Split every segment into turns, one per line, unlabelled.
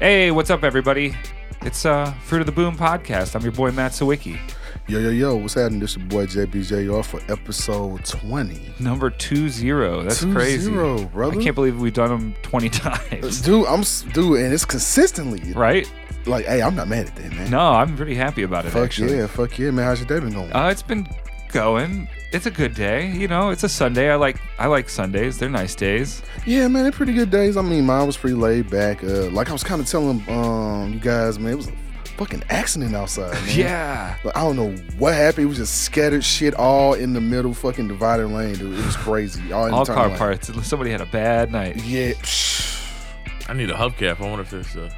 Hey, what's up, everybody? It's uh, Fruit of the Boom podcast. I'm your boy Matt Sawicki.
Yo, yo, yo, what's happening? This your boy JBJR for episode 20.
Number two zero. That's
Two
crazy.
zero, brother.
I can't believe we've done them 20 times.
Dude, I'm s- dude, and it's consistently
right?
like, hey, I'm not mad at that, man.
No, I'm pretty happy about it.
fuck
actually.
yeah, fuck yeah, man. How's your day been going?
Uh, it's been going. It's a good day. You know, it's a Sunday. I like I like Sundays. They're nice days.
yeah, man, they're pretty good days. I mean, mine was pretty laid back. Uh, like I was kind of telling um you guys, man, it was a fucking accident outside, man.
Yeah.
Like, I don't know what happened. It was just scattered shit all in the middle, fucking divided lane, dude. It was crazy. All, in the
All
turn
car
lane.
parts. Somebody had a bad night.
Yeah. psh.
I need a hubcap. I wonder if there's a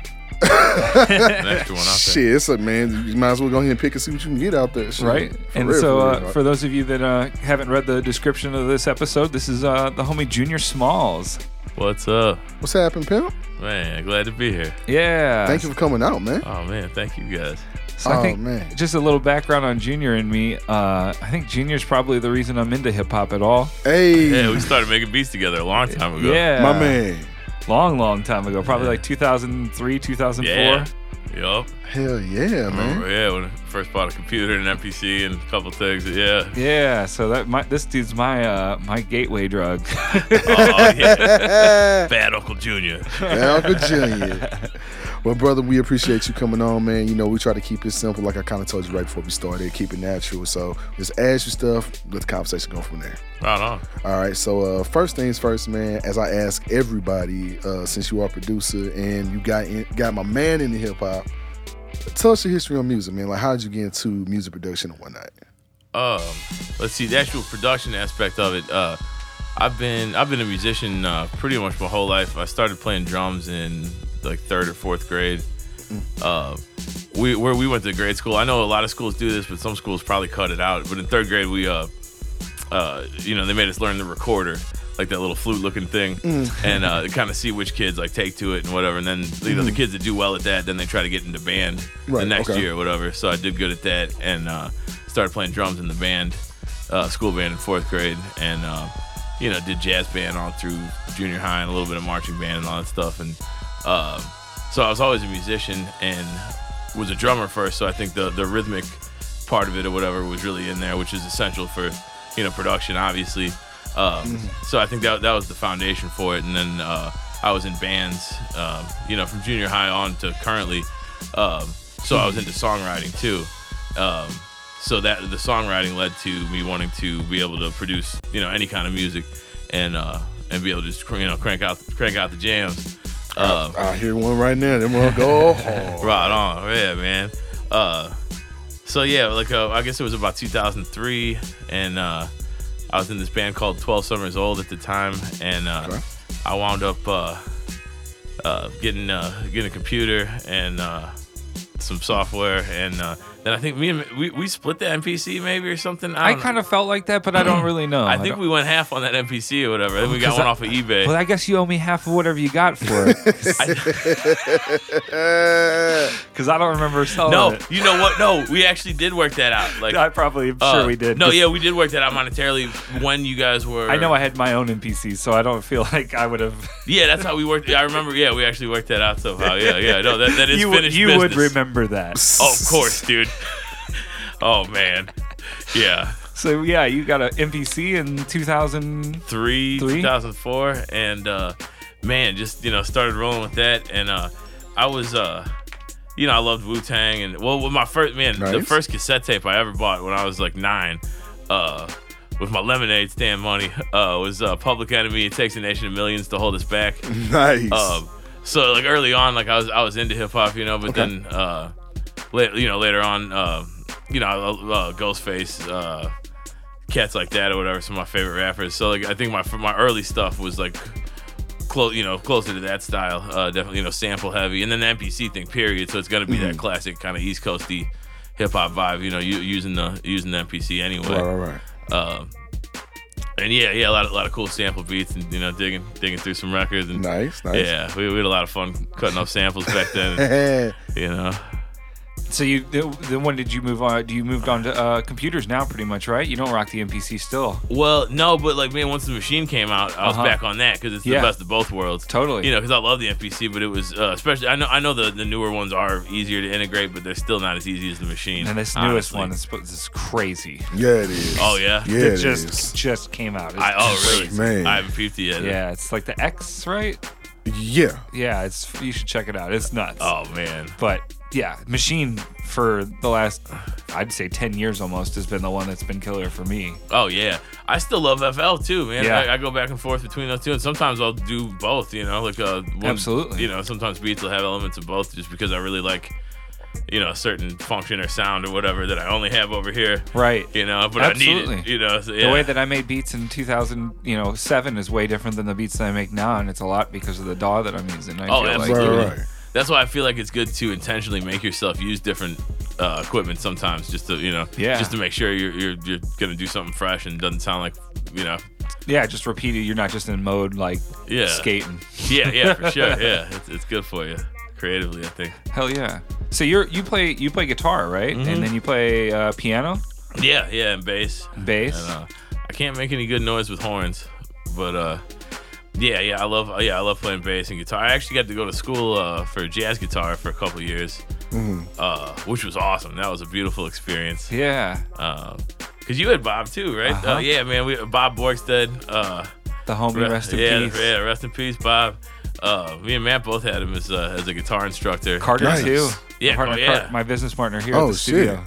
an extra one out there.
Shit, it's a man. You might as well go ahead and pick and see what you can get out there. Shit.
Right,
For
and
real,
so
for
uh,
real,
for those of you that uh, haven't read the description of this episode, this is uh, the homie Junior Smalls.
What's up,
What's happening, pimp?
man? Glad to be here.
Yeah,
Thank you for coming out, man.
Oh man, thank you guys.
So I
Oh,
think
man.
just a little background on Junior and me. Uh, I think Junior's probably the reason I'm into hip hop at all.
Hey,
Yeah, we started making beats together a long time ago.
Yeah,
my man.
Long, long time ago, probably
Oh, Yeah.
like 2003, 2004.
Yeah. Yup.
Hell yeah, man.
Remember, yeah, when I first bought a computer and an MPC and a couple things. Yeah.
Yeah, so that my, this dude's my uh, my gateway drug.
Oh, yeah.
Hey,
Bad Uncle Junior.
Al Virginia. Well, brother, we appreciate you coming on, man. You know, we try to keep it simple, like I kind of told you right before we started, keep it natural. So just ask your stuff, let the conversation go from there.
Right on.
All right, so uh, first things first, man. As I ask everybody, uh, since you are a producer and you got in, got my man into hip hop, tell us your history on music, man. Like, how did you get into music production and whatnot?
um let's see the actual production aspect of it uh i've been i've been a musician uh, pretty much my whole life i started playing drums in like third or fourth grade
Mm.
uh we where we went to grade school i know a lot of schools do this but some schools probably cut it out but in third grade we uh uh you know they made us learn the recorder like that little flute looking thing
Mm.
and uh kind of see which kids like take to it and whatever and then you know the kids that do well at that then they try to get into band the
Mm. Right,
next
okay.
year or whatever. So I did good at that and uh, started playing drums in the band, uh, school band in fourth grade, and uh, you know did jazz band all through junior high and a little bit of marching band and all that stuff. And uh, so I was always a musician and was a drummer first. So I think the the rhythmic part of it or whatever was really in there, which is essential for you know production, obviously. Um, so I think that that was the foundation for it, and then uh, I was in bands, um, you know, from junior high on to currently. Um, so I was into songwriting too. Um, so that the songwriting led to me wanting to be able to produce, you know, any kind of music, and uh, and be able to just cr- you know crank out crank out the jams. Um,
I hear one right now. Then we'll go hard.
Right on, yeah, man. Uh, so yeah, like uh, I guess it was about 2003, and uh, I was in this band called 12 Summers Old at the time, and uh,
Okay.
I wound up uh, uh, getting uh, getting a computer and uh, some software, and uh, then I think me and we, we split the MPC maybe or something. I,
I
don't
kind
know.
of felt like that, but I don't really know.
I think
don't-
we went half on that MPC or whatever. I think we got
'Cause
one
I-
off of eBay.
Well, I guess you owe me half of whatever you got for it,
Uh,
because I don't remember selling
no,
it.
you know what? No, we actually did work that out. Like
I probably am
Uh,
sure we did.
No,
Just-
yeah, we did work that out monetarily when you guys were.
I know I had my own NPCs, so I don't feel like I would have.
Yeah, that's how we worked. I remember. Yeah, we actually worked that out somehow. Yeah, yeah. No, that, that is
you would-
finished
you would
business.
remember that.
Oh, of course, dude. oh man. Yeah.
So yeah, you got an MPC in 2000.
Three,
Three?
2004, and uh, man, just you know, started rolling with that, and uh, I was. Uh, you know, I loved Wu Tang, and well, with my first man, the
Nice.
first cassette tape I ever bought when I was like nine, uh, with my lemonade stand money, uh, was uh, Public Enemy. It takes a nation of millions to hold us back.
nice.
Um, so like early on, like I was I was into hip hop, you know, but
Okay.
then uh, la- you know later on, uh, you know, uh, Ghostface, uh, cats like that or whatever, some of my favorite rappers. So like I think my for my early stuff was like close, you know, closer to that style, uh, definitely you know sample heavy, and then the NPC thing, period. So it's gonna be
Mm-hmm.
that classic kind of East Coasty hip hop vibe, you know, u- using the using the NPC anyway.
right, right, right.
Um, and yeah, yeah, a lot, of, lot of cool sample beats, and you know, digging, digging through some records, and
Nice, nice.
yeah, we, we had a lot of fun cutting up samples back then.
Yeah.
you know,
So you th- then when did you move on? Do you moved on to uh, computers now, pretty much, right? You don't rock the MPC still.
Well, no, but like man, once the machine came out, I was
Uh-huh.
back on that because it's
Yeah.
the best of both worlds.
Totally.
You know, because I love the FPC, but it was uh, especially. I know, I know the, the newer ones are easier to integrate, but they're still not as easy as the machine.
And this newest
honestly.
one is, supposed- is crazy.
Yeah, it is.
Oh, yeah?
yeah,
it
it
just
is.
just came out. It's
I, oh really?
Man.
I haven't peeped it yet.
Yeah, it's like the X, right?
Yeah,
Yeah, it's you should check it out. It's nuts.
Oh man.
But yeah, Machine for the last I'd say 10 years almost has been the one that's been killer for me.
Oh yeah. I still love FL too, man.
Yeah.
I, I go back and forth between those two, and sometimes I'll do both. You know, like uh, one,
Absolutely.
You know, sometimes beats will have elements of both, just because I really like, you know, a certain function or sound or whatever that I only have over here.
Right.
You know, but I need it.
Absolutely.
You know, so,
The
yeah.
way that I made beats in 2000, you know, seven is way different than the beats that I make now, and it's a lot because of the DAW that I'm using. I
Oh,
feel
right,
Absolutely.
right.
That's why I feel like it's good to intentionally make yourself use different uh, equipment sometimes, just to you know,
Yeah.
just to make sure you're you're, you're gonna do something fresh and doesn't sound like you know,
Like, yeah, just repeat it. You're not just in mode like
Yeah.
skating.
yeah, yeah, for sure, yeah, it's, it's good for you creatively, I think.
Hell yeah. So you're you play you play guitar, right?
Mm-hmm.
And then you play uh, piano,
Mm-hmm. Yeah, yeah, and bass.
bass.
And, uh, I can't make any good noise with horns, but uh, yeah, yeah, I love yeah, I love playing bass and guitar. I actually got to go to school uh, for jazz guitar for a couple years, uh, which was awesome. That was a beautiful experience.
Mm-hmm. yeah,
because you had Bob too, right?
Uh-huh.
Uh, yeah, man. We Bob Borkstead. Uh,
the homie, rest in
yeah,
peace.
yeah, rest in peace, Bob. Uh, me and Matt both had him as, uh, as a guitar instructor.
Carter
Nice.
too.
Yeah,
My partner,
oh, yeah.
Car- my business partner here at
Oh,
the studio.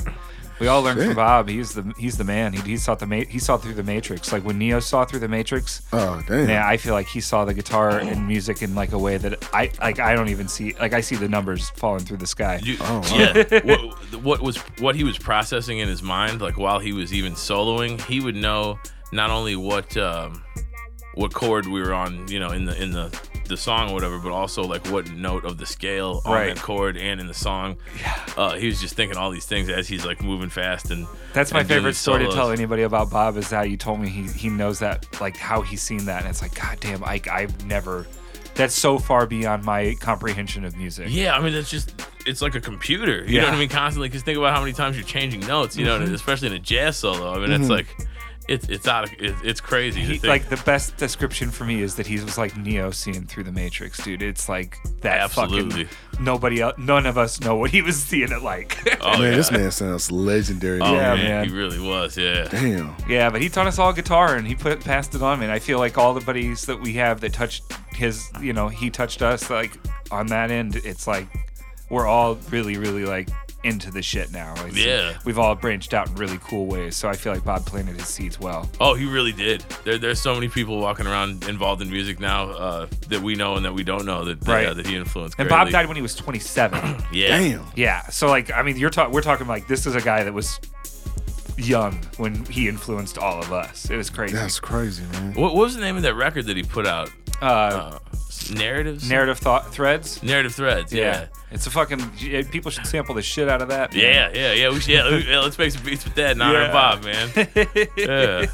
We all learned
Shit.
from Bob. He's the he's the man. He, he saw the ma- he saw through the matrix. Like when Neo saw through the matrix.
Oh damn.
Man, I feel like he saw the guitar and music in like a way that I like. I don't even see like I see the numbers falling through the sky.
You-
Oh, wow.
Yeah. what, what was what he was processing in his mind, like while he was even soloing, he would know not only what um, what chord we were on, you know, in the in the the song or whatever, but also like what note of the scale on
Right.
that chord and in the song. Yeah. Uh, he was just thinking all these things as he's like moving fast and
That's my
and doing
favorite
these
story to
solos.
tell anybody about Bob is how you told me he, he knows that, like how he's seen that. And it's like, God damn, I, I've never, that's so far beyond my comprehension of music.
Yeah, I mean, it's just it's like a computer.
Yeah.
You know
Mm-hmm.
what I mean? Constantly, because think about how many times you're changing notes. You know, and especially in a jazz solo. I mean, it's like it's it's out of it's, it's crazy. to
He,
think.
like the best description for me is that he was like Neo seeing through the Matrix, dude. It's like that
Absolutely.
fucking nobody else, none of us know what he was seeing it like.
oh
man,
yeah,
this man sounds legendary.
oh,
Yeah,
man,
man.
he really was. Yeah.
Damn.
yeah, but he taught us all guitar and he put passed it on me. And I feel like all the buddies that we have that touched his, you know, he touched us like on that end. It's like we're all really, really like into the shit now. It's-
Yeah.
we've all branched out in really cool ways. So I feel like Bob planted his seeds well.
Oh, he really did. There, there's so many people walking around involved in music now uh, that we know and that we don't know that that,
Right.
uh, that he influenced.
And Bob
greatly.
died when he was 27.
Yeah.
Damn.
yeah, so like I mean, you're talking we're talking like this is a guy that was young when he influenced all of us. It was crazy.
That's crazy, man.
What, what was the name of that record that he put out?
Uh,
Uh, narratives.
narrative thought threads.
Narrative threads. yeah.
It's a fucking. yeah, People should sample the shit out of that. man.
Yeah, yeah, yeah. We should, yeah, we- yeah, let's make some beats with that in honor
Yeah.
of Bob, man. Yeah.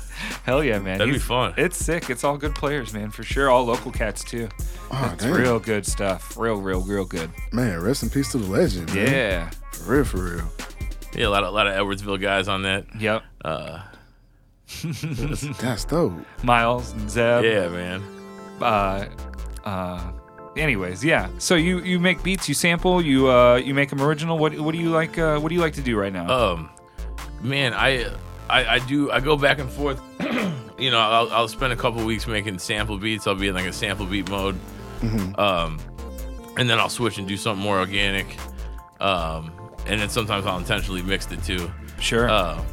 Hell yeah, man.
That'd be
He's-
fun.
It's sick. It's all good players, man, for sure. All local cats too.
Oh,
It's
damn.
real good stuff. Real, real, real good.
Man, rest in peace to the legend, man.
Yeah.
For real, for real.
Yeah, a lot of, lot of Edwardsville guys on that.
Yep.
Uh,
That's dope.
Miles and Zeb.
yeah, man.
Uh, uh, anyways, yeah. So you you make beats, you sample, you uh you make them original. What what do you like? Uh, what do you like to do right now?
Um, man, I, I, I do. I go back and forth. you know, I'll, I'll spend a couple weeks making sample beats. I'll be in like a sample beat mode. Um, and then I'll switch and do something more organic. Um, and then sometimes I'll intentionally mix the two.
sure.
Uh,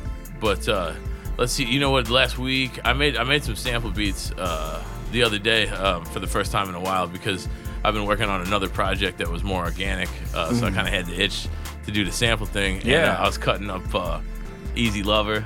but uh, let's see. You know what? Last week I made I made some sample beats uh, the other day um, for the first time in a while because I've been working on another project that was more organic. Uh, So I kind of had the itch to do the sample thing. And, uh,
Mm-hmm. Yeah.
I was cutting up uh, "Easy Lover,"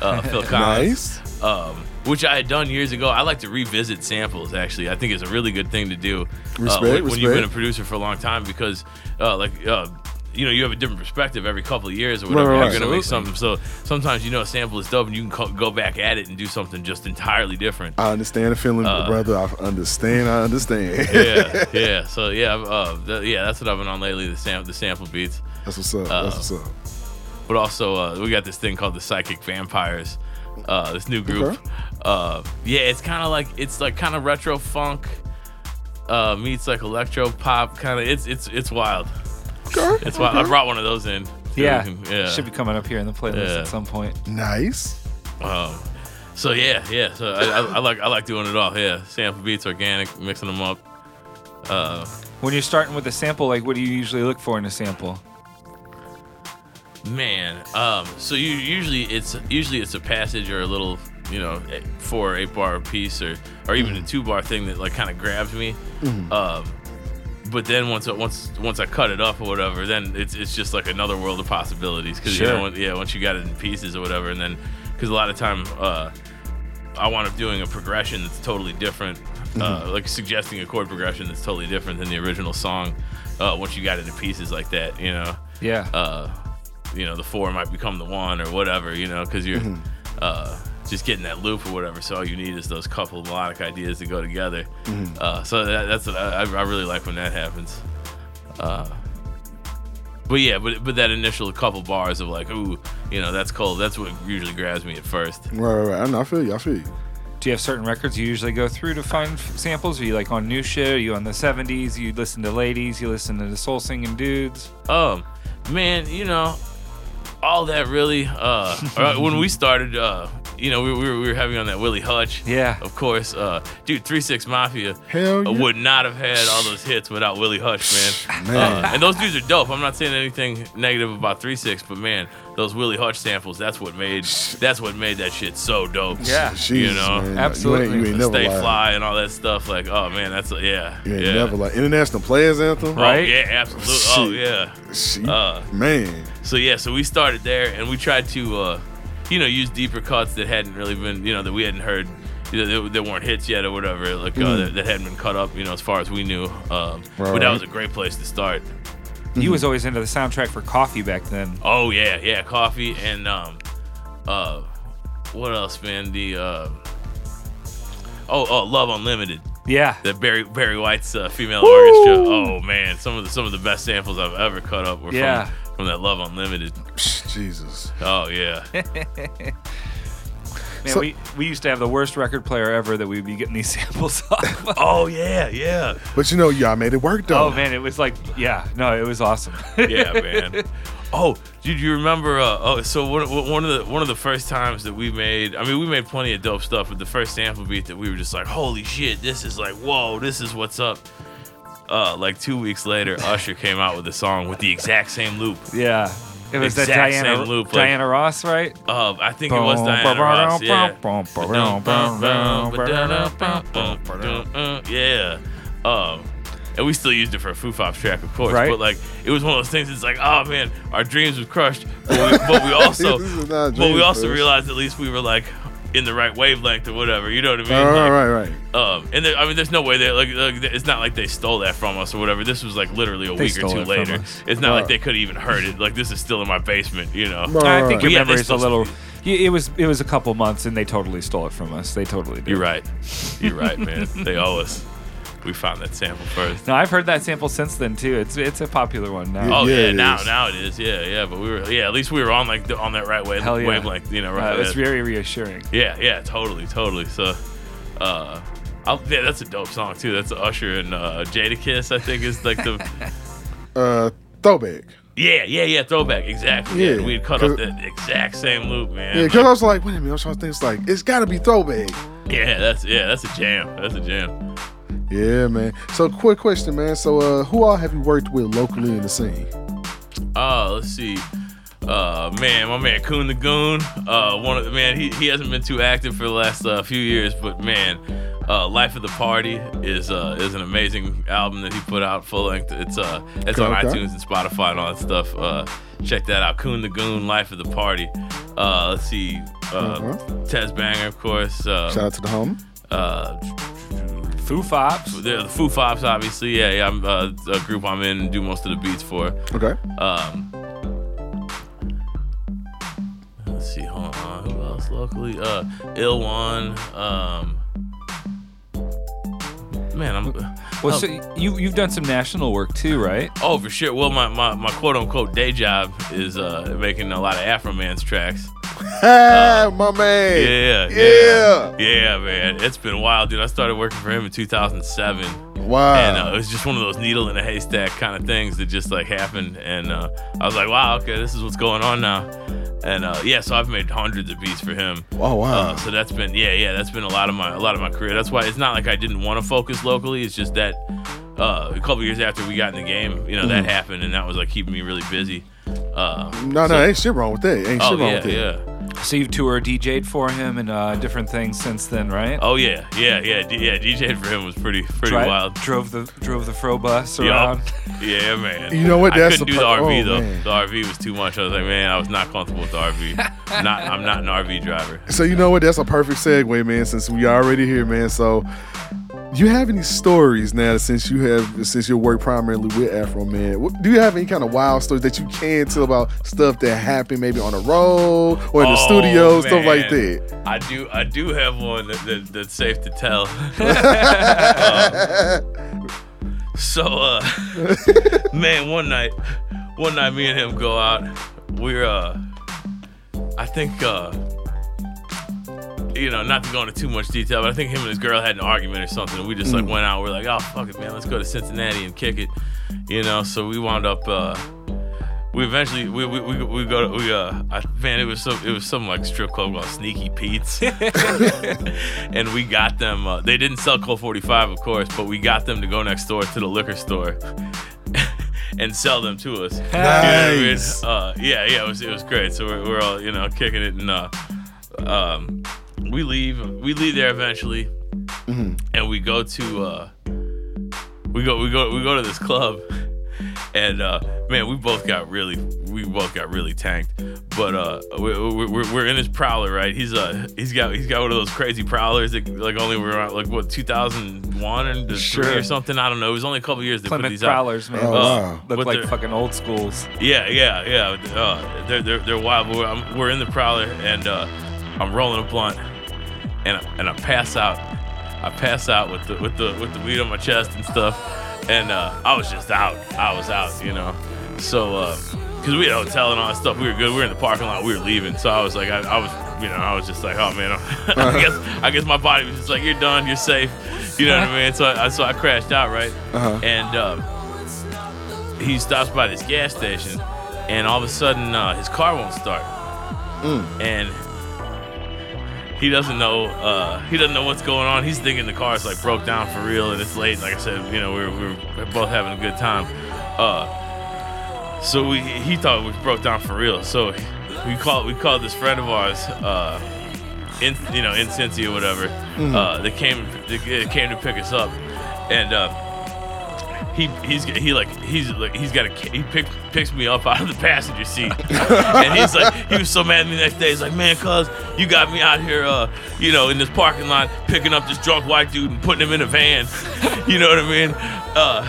uh, Phil Collins,
Nice.
um, which I had done years ago. I like to revisit samples. Actually, I think it's a really good thing to do uh,
Respect,
when, when you've
respect.
been a producer for a long time because, uh, like. Uh, you know, you have a different perspective every couple of years or whatever.
right,
You're
right.
gonna make something. So sometimes you know a sample is dope, and you can co- go back at it and do something just entirely different.
I understand the feeling,
Uh.
brother. I understand. I understand.
yeah, yeah. So yeah, I've, uh, th- yeah. That's what I've been on lately. The sam- the sample beats.
That's what's up. That's what's up.
but also uh, we got this thing called the Psychic Vampires, uh, this new group.
Okay.
Uh, yeah, it's kind of like it's like kind of retro funk uh, meets like electro pop. Kind of it's it's it's wild.
Okay.
It's wild. I brought one of those in.
Yeah.
yeah.
Should be coming up here in the playlist
Yeah.
at some point.
Nice.
Um, so yeah, yeah. So I, I, I like I like doing it all. Yeah, sample beats, organic, mixing them up. Uh,
When you're starting with a sample, like what do you usually look for in a sample?
Man, um, so you usually it's usually it's a passage or a little you know eh, four or eight bar piece or or even a two bar thing that like kind of grabs me. Um, but then once I- once once I cut it up or whatever, then it's it's just like another world of possibilities because you
Sure.
know, when- yeah once you got it in pieces or whatever, and then because a lot of time uh, I wound up doing a progression that's totally different, uh, like suggesting a chord progression that's totally different than the original song. Uh, once you got it in pieces like that, you know
Yeah.
uh, you know, the four might become the one or whatever, you know, because you're uh, just getting that loop or whatever. So all you need is those couple of melodic ideas to go together. Uh, so that, that's what I, I really like when that happens. Uh, but yeah, but but that initial couple bars of like, ooh, you know, that's cold. That's what usually grabs me at first.
Right, right, right. I, know, I feel you. I feel you.
Do you have certain records you usually go through to find f- samples? Are you like on new shit? Are you on the 70s? You listen to ladies? You listen to the soul singing dudes?
Um, man, you know, all that really. Uh, uh, when we started, uh, you know, we, we, were, we were having on that Willie Hutch.
Yeah.
Of course, uh, dude, Three Six Mafia
Hell
uh,
yeah.
would not have had all those hits without Willie Hutch, man.
Man.
Uh, and those dudes are dope. I'm not saying anything negative about Three Six, but man, those Willie Hutch samples. That's what made. That's what made that shit so dope.
Yeah.
Jesus,
you know,
man.
absolutely.
You ain't, you ain't
The
never
Stay
lied.
fly and all that stuff. Like, oh man, that's yeah.
You ain't
yeah.
never like international players anthem.
Oh,
Right?
yeah, absolutely. Oh
Shit.
yeah.
She,
Uh,
man,
So yeah, so we started there, and we tried to, uh, you know, use deeper cuts that hadn't really been, you know, that we hadn't heard, you know, that, that weren't hits yet or whatever, like uh, that, that hadn't been cut up, you know, as far as we knew. Um, But
Right.
that was a great place to start.
You was always into the soundtrack for coffee back then.
Oh yeah, yeah, coffee and um, uh, what else, man? The uh, oh oh, Love Unlimited,
Yeah.
that Barry Barry White's uh, female orchestra. Oh man, some of the some of the best samples I've ever cut up were
Yeah.
from, from that Love Unlimited.
Psh, Jesus.
Oh yeah.
Man,
So-
we, we used to have the worst record player ever that we'd be getting these samples off. of.
Oh yeah, yeah,
But you know, y'all made it work though.
oh, man. It was like, yeah. No, it was awesome.
yeah, man. Oh, dude, you remember? Uh, oh, so one, one one of the one of the first times that we made. I mean, we made plenty of dope stuff, but the first sample beat that we were just like, "Holy shit, this is like, whoa, this is what's up." Uh, like two weeks later, Usher came out with a song with the exact same loop.
yeah. It was that
Exact
Diana,
same loop, like-
Diana Ross, right?
Uh, I think it was Diana Ross. Yeah. Yeah. Um, and we still used it for a Foo Fop track, of course.
Right.
But like, it was one of those things. It's like, oh man, our dreams were crushed, but we, but we also,
This is not a
but
dream,
we also
bro.
realized at least we were like in the right wavelength or whatever. You know what I mean?
All right,
Like,
right, right.
um, and there, I mean, there's no way they like, like it's not like they stole that from us or whatever. This was like literally a
They
week or
stole
two
it from
later.
us.
It's not like
Right.
they could even heard it. Like this is still in my basement, you know.
Right.
I think your
But yeah, they
memory's a
still-
little. y- It was it was a couple months, and they totally stole it from us. They totally did.
You're right. You're right, man. they owe us. We found that sample first.
No, I've heard that sample since then too. It's it's a popular one now.
Oh
Yeah,
yeah,
it
now
is.
now it is. Yeah, yeah. But we were yeah. At least we were on like the, on that right wave
Hell yeah.
wavelength. You know, right.
Uh, it's
there.
very reassuring.
yeah, yeah. Totally, totally. So, uh, I'll, yeah, that's a dope song too. That's Usher and uh, Jada Kiss. I think is like the
Uh, throwback.
yeah, yeah, yeah. Throwback. Exactly. Yeah.
Yeah,
We'd cut
'cause-
up that exact same loop, man.
Yeah,
Like,
because I was like, wait a minute, I was trying to think. It's like it's got to be throwback.
yeah, that's yeah. That's a jam. That's a jam.
Yeah, man. So, quick question, man. So, uh, who all have you worked with locally in the scene?
Oh, let's see. Uh, man, my man Coon the Goon. Uh, one of the man, he, he hasn't been too active for the last uh, few years, but man, uh, Life of the Party is uh, is an amazing album that he put out full length. It's uh, it's on
Okay.
iTunes and Spotify and all that stuff. Uh, check that out. Coon the Goon, Life of the Party. Uh, let's see. Uh,
Mhm.
Tez Banger, of course. Uh,
Shout out to the home.
uh,
Foo Fops.
the the Foo Fops, obviously. Yeah, yeah. I'm uh, a group I'm in, and do most of the beats for.
Okay.
Um, let's see, hold on. Who uh, else locally? Uh, Ill One. Um, man, I'm.
Well,
I'm-
so you you've done some national work too, right?
Oh, for sure. Well, my, my, my quote unquote day job is uh, making a lot of Afro Man's tracks.
Ah,
Uh,
my man.
Yeah,
Yeah.
yeah, yeah, man. It's been wild, dude. I started working for him in 2007.
Wow.
and uh, it was just one of those needle in a haystack kind of things that just like happened and uh, i was like wow okay this is what's going on now and uh, yeah so i've made hundreds of beats for him
oh wow.
uh, so that's been yeah yeah that's been a lot of my a lot of my career that's why it's not like i didn't want to focus locally it's just that uh, a couple years after we got in the game you know that happened and that was like keeping me really busy uh,
no, no, ain't shit wrong with that. Ain't
oh
shit wrong
yeah
with that.
yeah
So you've toured, DJ'd for him, and uh, different things since then, right?
oh yeah yeah yeah D- yeah dj for him was pretty pretty
Dri-
wild
Drove the drove the fro bus
Yup.
around.
Yeah, man.
You know what?
I
That's
couldn't
the
do the
pro-
RV
oh,
though.
man.
The RV was too much. I was like, man, I was not comfortable with the RV. not, I'm not an RV driver.
So you know what? That's a perfect segue, man. Since we already here, man. So you have any stories now since you have since you work primarily with Afro Man? What, do you have any kind of wild stories that you can tell about stuff that happened maybe on the road or in the
Oh,
studio, stuff like
man.
that?
I do, I do have one that, that, that's safe to tell. Um, so, uh, man, one night, one night, me and him go out. We're, uh, I think, uh, you know, not to go into too much detail, but I think him and his girl had an argument or something. And we just
Hmm.
like went out. We're like, oh fuck it, man, let's go to Cincinnati and kick it, you know. So we wound up. uh we eventually we we, we, we go to, we uh I, man it was some it was some like strip club called Sneaky Pete's and we got them uh, they didn't sell Colt 45 of course but we got them to go next door to the liquor store and sell them to us
Nice.
you know what I mean? uh, yeah yeah it was it was great so we're, we're all you know kicking it and uh um we leave we leave there eventually and we go to uh we go we go we go to this club and uh man we both got really we both got really tanked but uh we, we, we're, we're in his prowler right he's uh he's got he's got one of those crazy prowlers that like only were around like what 2001 and the three
Sure.
or something i don't know it was only a couple years they put
Plymouth
these out
Prowlers, man.
Oh,
Those
wow.
Look
But
like
they're-
fucking old schools.
yeah, yeah, yeah. Uh, they're, they're, they're wild. But we're, I'm, we're in the prowler, and uh, I'm rolling a blunt, and I, and I pass out. I pass out with the with the with the weed on my chest and stuff, and uh, I was just out. I was out, you know. So, uh 'cause cause we had a hotel and all that stuff, we were good. We were in the parking lot. We were leaving, so I was like, I, I was, you know, I was just like, oh man, I guess I guess my body was just like, you're done, you're safe, you know what I mean? So I so I crashed out, right?
Uh-huh.
And um, he stops by this gas station, and all of a sudden uh, his car won't start, and he doesn't know uh, he doesn't know what's going on. He's thinking the car's like broke down for real, and it's late. Like I said, you know, we were, we were both having a good time. Uh, so we he thought we broke down for real. So we called we called this friend of ours. Uh, in, you know, in Cincy or whatever, uh, they came, they came to pick us up, and uh, he he's he like he's like he's got a ca- he pick, picks me up out of the passenger seat, and he's like he was so mad at me the next day. He's like, man, cuz you got me out here, uh, you know, in this parking lot picking up this drunk white dude and putting him in a van. You know what I mean? Uh,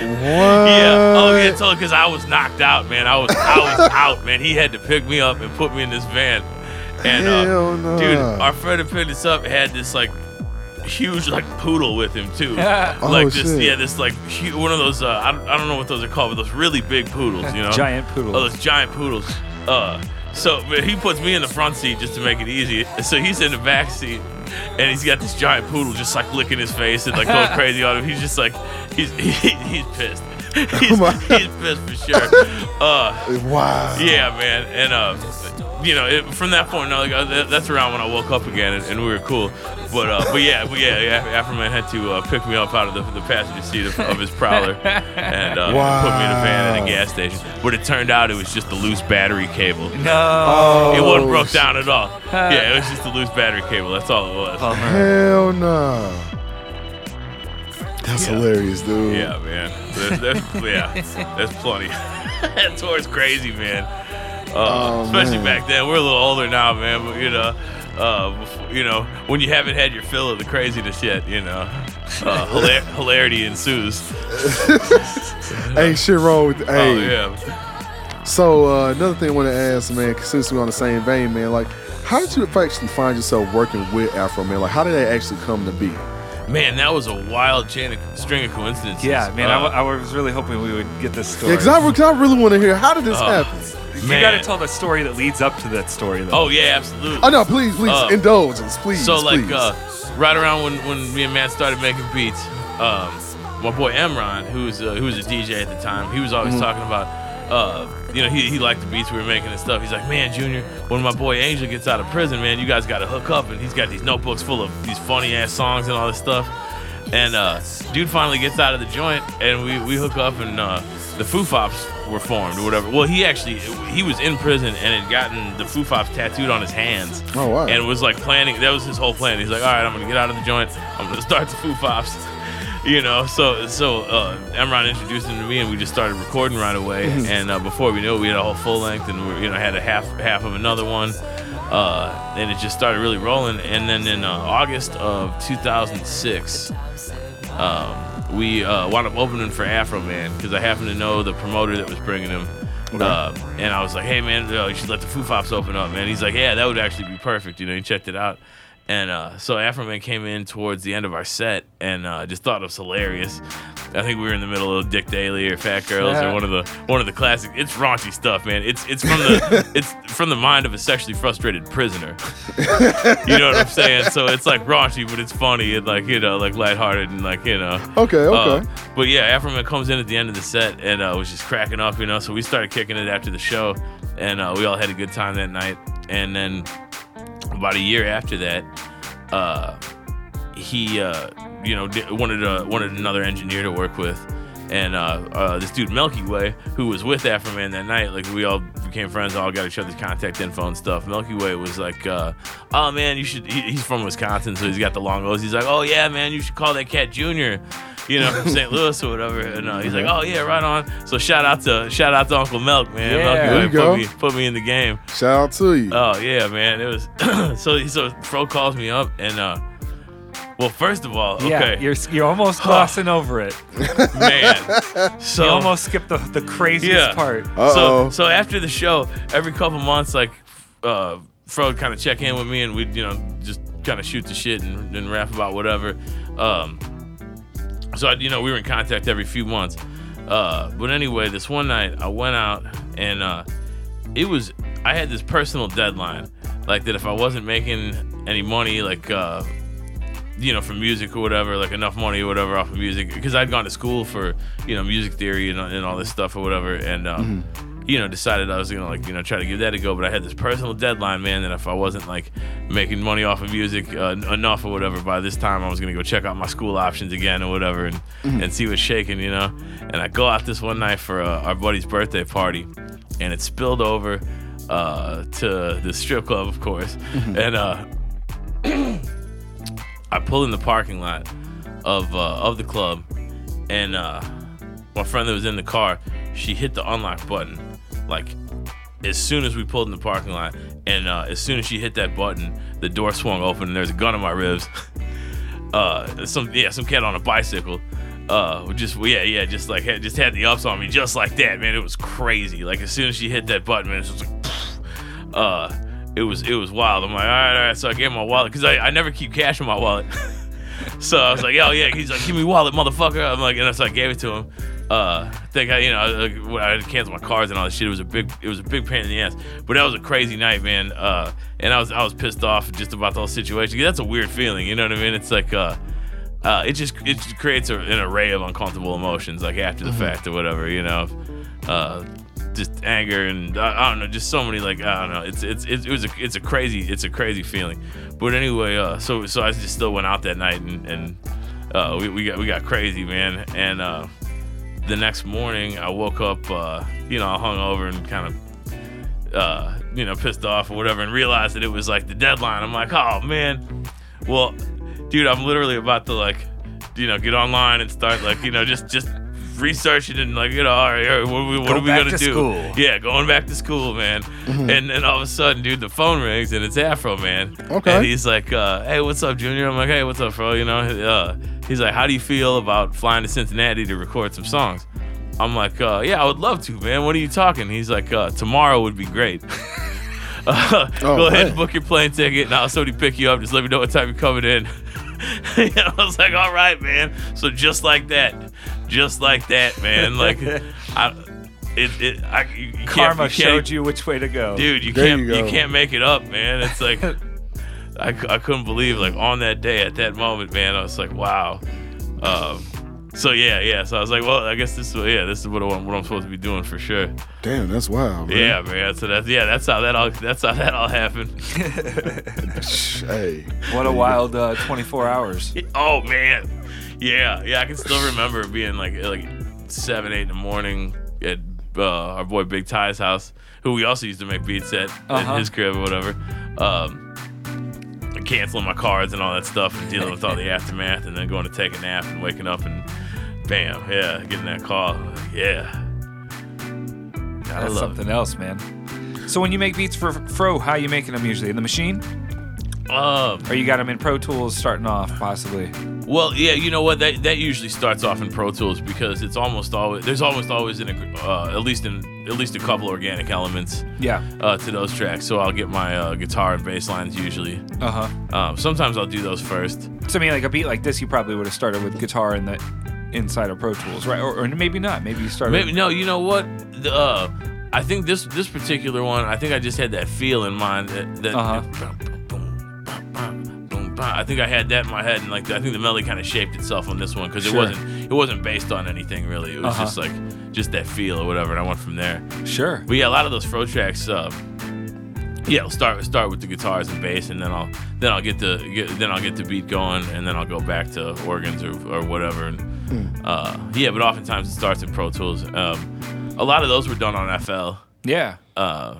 What?
yeah. Oh yeah, totally. Because I was knocked out, man. I was I was out, man. He had to pick me up and put me in this van. And
Hell
uh,
nah.
dude, our friend who picked us up had this like huge like poodle with him too.
Oh,
like this,
shit.
yeah, this like hu one of those. Uh, I, don't, I don't know what those are called, but those really big poodles, you know.
Giant
Oh,
poodles.
those giant poodles. Uh, so but he puts me in the front seat just to make it easy. So he's in the back seat, and he's got this giant poodle just like licking his face and like going crazy on him. He's just like, he's he, he's pissed. He's,
Oh, my-
he's pissed for sure. Uh,
Wow.
yeah, man. And uh, you know, it, from that point, on, like, uh, that, that's around when I woke up again, and, and we were cool. But uh, but yeah, but yeah, yeah. Afro Man had to uh, pick me up out of the, the passenger seat of, of his prowler and uh, put me in a van at
Wow.
a gas station. But it turned out it was just a loose battery cable.
No.
Oh.
It wasn't broke
shit.
down at all. Yeah, it was just a loose battery cable. That's all it was.
Bummer.
Hell no. That's
Yeah.
hilarious, dude.
Yeah, man. There's, there's, yeah, there's plenty. that tour's crazy, man. Uh,
Oh,
especially
man.
back then. We're a little older now, man. But you know, uh, bef- you know, when you haven't had your fill of the craziness yet, you know, uh, hilar- hilarity ensues.
Ain't shit wrong with. Hey,
Oh yeah.
So uh, another thing I want to ask, man, since we're on the same vein, man, like, how did you actually find yourself working with Afro Man? Like, how did that actually come to be?
Man, that was a wild chain of, string of coincidences.
Yeah, man, I
Uh,
wa- I was really hoping we would get this story.
Yeah, cause I, re- 'cause I really want to hear how did this
Oh.
happen.
You
man.
gotta tell the story that leads up to that story, though.
Oh yeah, absolutely.
Oh no, please, please
Uh,
indulge us, please.
So like
please.
uh, right around when, when me and Matt started making beats, um, my boy Emron, who was uh, who was a DJ at the time, he was always
Mm-hmm.
talking about, uh, you know, he, he liked the beats we were making and stuff. He's like, man, Junior, when my boy Angel gets out of prison, man, you guys got to hook up, and he's got these notebooks full of these funny ass songs and all this stuff. And uh, dude finally gets out of the joint, and we, we hook up, and uh, the Foo Fops were formed or whatever. Well, he actually he was in prison and had gotten the Foo Fops tattooed on his hands.
Oh, wow.
And was like planning. That was his whole plan. He's like, all right, I'm gonna get out of the joint. I'm gonna start the Foo Fops. You know, so so uh, Emron introduced him to me, and we just started recording right away. and uh, before we knew it, we had a whole full length, and we you know had a half half of another one, uh, and it just started really rolling. And then in uh, August of 2006, um, we uh, wound up opening for Afro Man because I happened to know the promoter that was bringing him. Uh, and I was like, hey, man, uh, you should let the Foo Fops open up, man. He's like, yeah, that would actually be perfect. You know, he checked it out. And uh, so Afro Man came in towards the end of our set and uh, just thought it was hilarious. I think we were in the middle of Dick Daily or Fat Girls or one of the one of the classic. It's raunchy stuff, man. It's it's from the it's from the mind of a sexually frustrated prisoner. You know what I'm saying? So it's like raunchy, but it's funny and like you know, like lighthearted and like you know.
okay, okay.
Uh, but yeah, Afroman comes in at the end of the set and uh, was just cracking up, you know. So we started kicking it after the show, and uh, we all had a good time that night. And then about a year after that, uh, he uh, you know di- wanted a, wanted another engineer to work with, and uh, uh, this dude Melky Way, who was with Afroman that night, like we all became friends, all got each other's contact info and stuff. Melky Way was like, uh, "Oh man, you should." He, he's from Wisconsin, so he's got the long O's. He's like, "Oh yeah, man, you should call that cat Junior." You know, from St. Louis or whatever, and uh, he's like, "Oh yeah, right on." So shout out to shout out to Uncle Melk, man.
Yeah.
Melky
There
Way
you
put
go.
me, put me in the game.
Shout out to you.
Oh yeah, man. It was so so Fro calls me up and uh well first of all,
Yeah,
Oh, okay.
you're you're almost glossing over it.
man. So
You almost skipped the the craziest
Yeah.
part.
Uh-oh.
so so after the show, every couple months like uh Fro would kinda check in with me and we'd, you know, just kinda shoot the shit and, and rap about whatever. Um so I, you know we were in contact every few months uh, but anyway this one night i went out and uh, it was i had this personal deadline like that if i wasn't making any money like uh, you know from music or whatever like enough money or whatever off of music because i'd gone to school for you know music theory and, and all this stuff or whatever and um, you know decided i was gonna like you know try to give that a go but i had this personal deadline man that if i wasn't like making money off of music uh, n- enough or whatever by this time i was gonna go check out my school options again or whatever and, and see what's shaking you know and i go out this one night for uh, our buddy's birthday party and it spilled over uh, to the strip club of course and uh, I pull in the parking lot of uh, of the club, and uh, my friend that was in the car, she hit the unlock button, like as soon as we pulled in the parking lot, and uh, as soon as she hit that button, the door swung open and there's a gun in my ribs. uh, some yeah, some cat on a bicycle. Uh, just yeah, yeah, just like had, just had the ups on me, just like that, man. It was crazy. Like as soon as she hit that button, man, it was like uh it was it was wild. I'm like, all right, all right. So I gave him my wallet because I, I never keep cash in my wallet. so I was like, oh yeah. He's like, give me your wallet, motherfucker. I'm like, and so I gave it to him. Uh, I think I, you know, I, like, when I had to cancel my cards and all this shit. It was a big, it was a big pain in the ass. But that was a crazy night, man. Uh, and I was I was pissed off just about the whole situation. 'Cause That's a weird feeling, you know what I mean? It's like, uh, uh, it just it just creates a, an array of uncomfortable emotions, like after the fact or whatever, you know. Uh, just anger and I, I don't know, just so many like I don't know. It's it's it's- it was a it's a crazy it's a crazy feeling. But anyway, uh, so so I just still went out that night and and uh, we, we got we got crazy, man. And uh, the next morning, I woke up, uh, you know, hungover and kind of uh, you know, pissed off or whatever and realized that it was like the deadline. I'm like, oh man. Well, dude, I'm literally about to like, you know, get online and start like, you know, just just researching and like, you know, all right, all right what are we, what
Go
are we
back
gonna
to
do?
school.
Yeah, going back to school, man. And then all of a sudden, dude, the phone rings and it's Afro man.
Okay.
And he's like, uh, hey, what's up, Junior? I'm like, hey, what's up, bro? You know, uh, he's like, how do you feel about flying to Cincinnati to record some songs? I'm like, uh, yeah, I would love to, man. What are you talking? He's like, uh, tomorrow would be great. Uh,
Oh,
go ahead
man.
and book your plane ticket, and I'll somebody pick you up. Just let me know what time you're coming in. I was like, all right, man. So just like that, just like that, man. Like, I, it, it, I, you, you can't-
Karma
you can't,
showed you which way to go.
dude. You
There
can't,
you
you,
go.
can't make it up, man. It's like, I, cou- I couldn't believe, like, on that day, at that moment, man. I was like, wow. Um, so yeah, yeah. So I was like, well, I guess this, is what- yeah, this is what I'm, what I'm supposed to be doing for sure.
Damn, that's wild. Man.
Yeah, man. So that's yeah, that's how that all, that's how that all happened.
Hey.
What a wild uh, 24 hours.
Oh man, yeah, yeah. I can still remember it being like at, like seven, eight in the morning at uh, our boy Big Ty's house, who we also used to make beats at
Uh-huh.
in his crib or whatever. Um, canceling my cards and all that stuff, and dealing with all the aftermath, and then going to take a nap and waking up and bam, yeah, getting that call, yeah. God, I
That's
love it.
something else, man. So when you make beats for Fro, how you making them usually? In the machine?
Um,
Or you got them in Pro Tools starting off, possibly?
Well, yeah, you know what? That that usually starts off in Pro Tools because it's almost always there's almost always an ag- uh, at least in at least a couple organic elements
Yeah.
uh, to those tracks. So I'll get my uh, guitar and bass lines usually.
Uh huh.
Um, sometimes I'll do those first.
So I mean, like a beat like this, you probably would have started with guitar in the inside of Pro Tools, right? Or, or maybe not. Maybe you started.
Maybe no, you know what? The, uh, I think this this particular one, I think I just had that feel in mind. That, that
Uh-huh.
I think I had that in my head, and like I think the melody kind of shaped itself on this one because
Sure.
it wasn't it wasn't based on anything really. It was
Uh-huh.
just like just that feel or whatever, and I went from there.
Sure.
But yeah, a lot of those fro tracks. Uh, yeah, I'll start start with the guitars and bass, and then I'll then I'll get the get, then I'll get the beat going, and then I'll go back to organs or, or whatever. And, uh, yeah, but oftentimes it starts in Pro Tools. Um, a lot of those were done on FL.
Yeah.
Uh,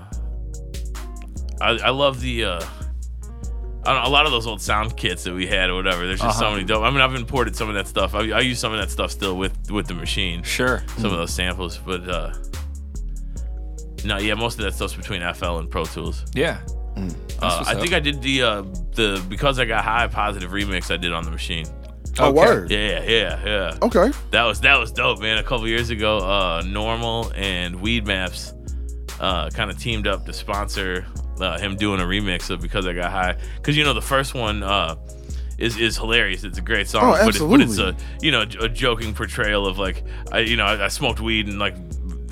I, I love the. Uh, I don't know, a lot of those old sound kits that we had or whatever. There's just so
Uh-huh.
many dope. I mean, I've imported some of that stuff. I, I use some of that stuff still with with the machine
Sure.
some of those samples, but uh no, yeah, most of that stuff's between FL and Pro Tools.
Yeah.
Mm.
Uh,
what's
I
up.
think I did the uh the because I got high positive remix I did on the machine.
Oh,
Okay.
word.
Yeah, yeah, yeah.
Okay.
That was that was dope, man. A couple years ago, uh Normal and Weed Maps uh kind of teamed up to sponsor uh, him doing a remix of Because I Got High. Cause you know the first one uh is, is hilarious. It's a great song,
Oh,
but, it, but it's a
absolutely.
you know a joking portrayal of like I you know I, I smoked weed and like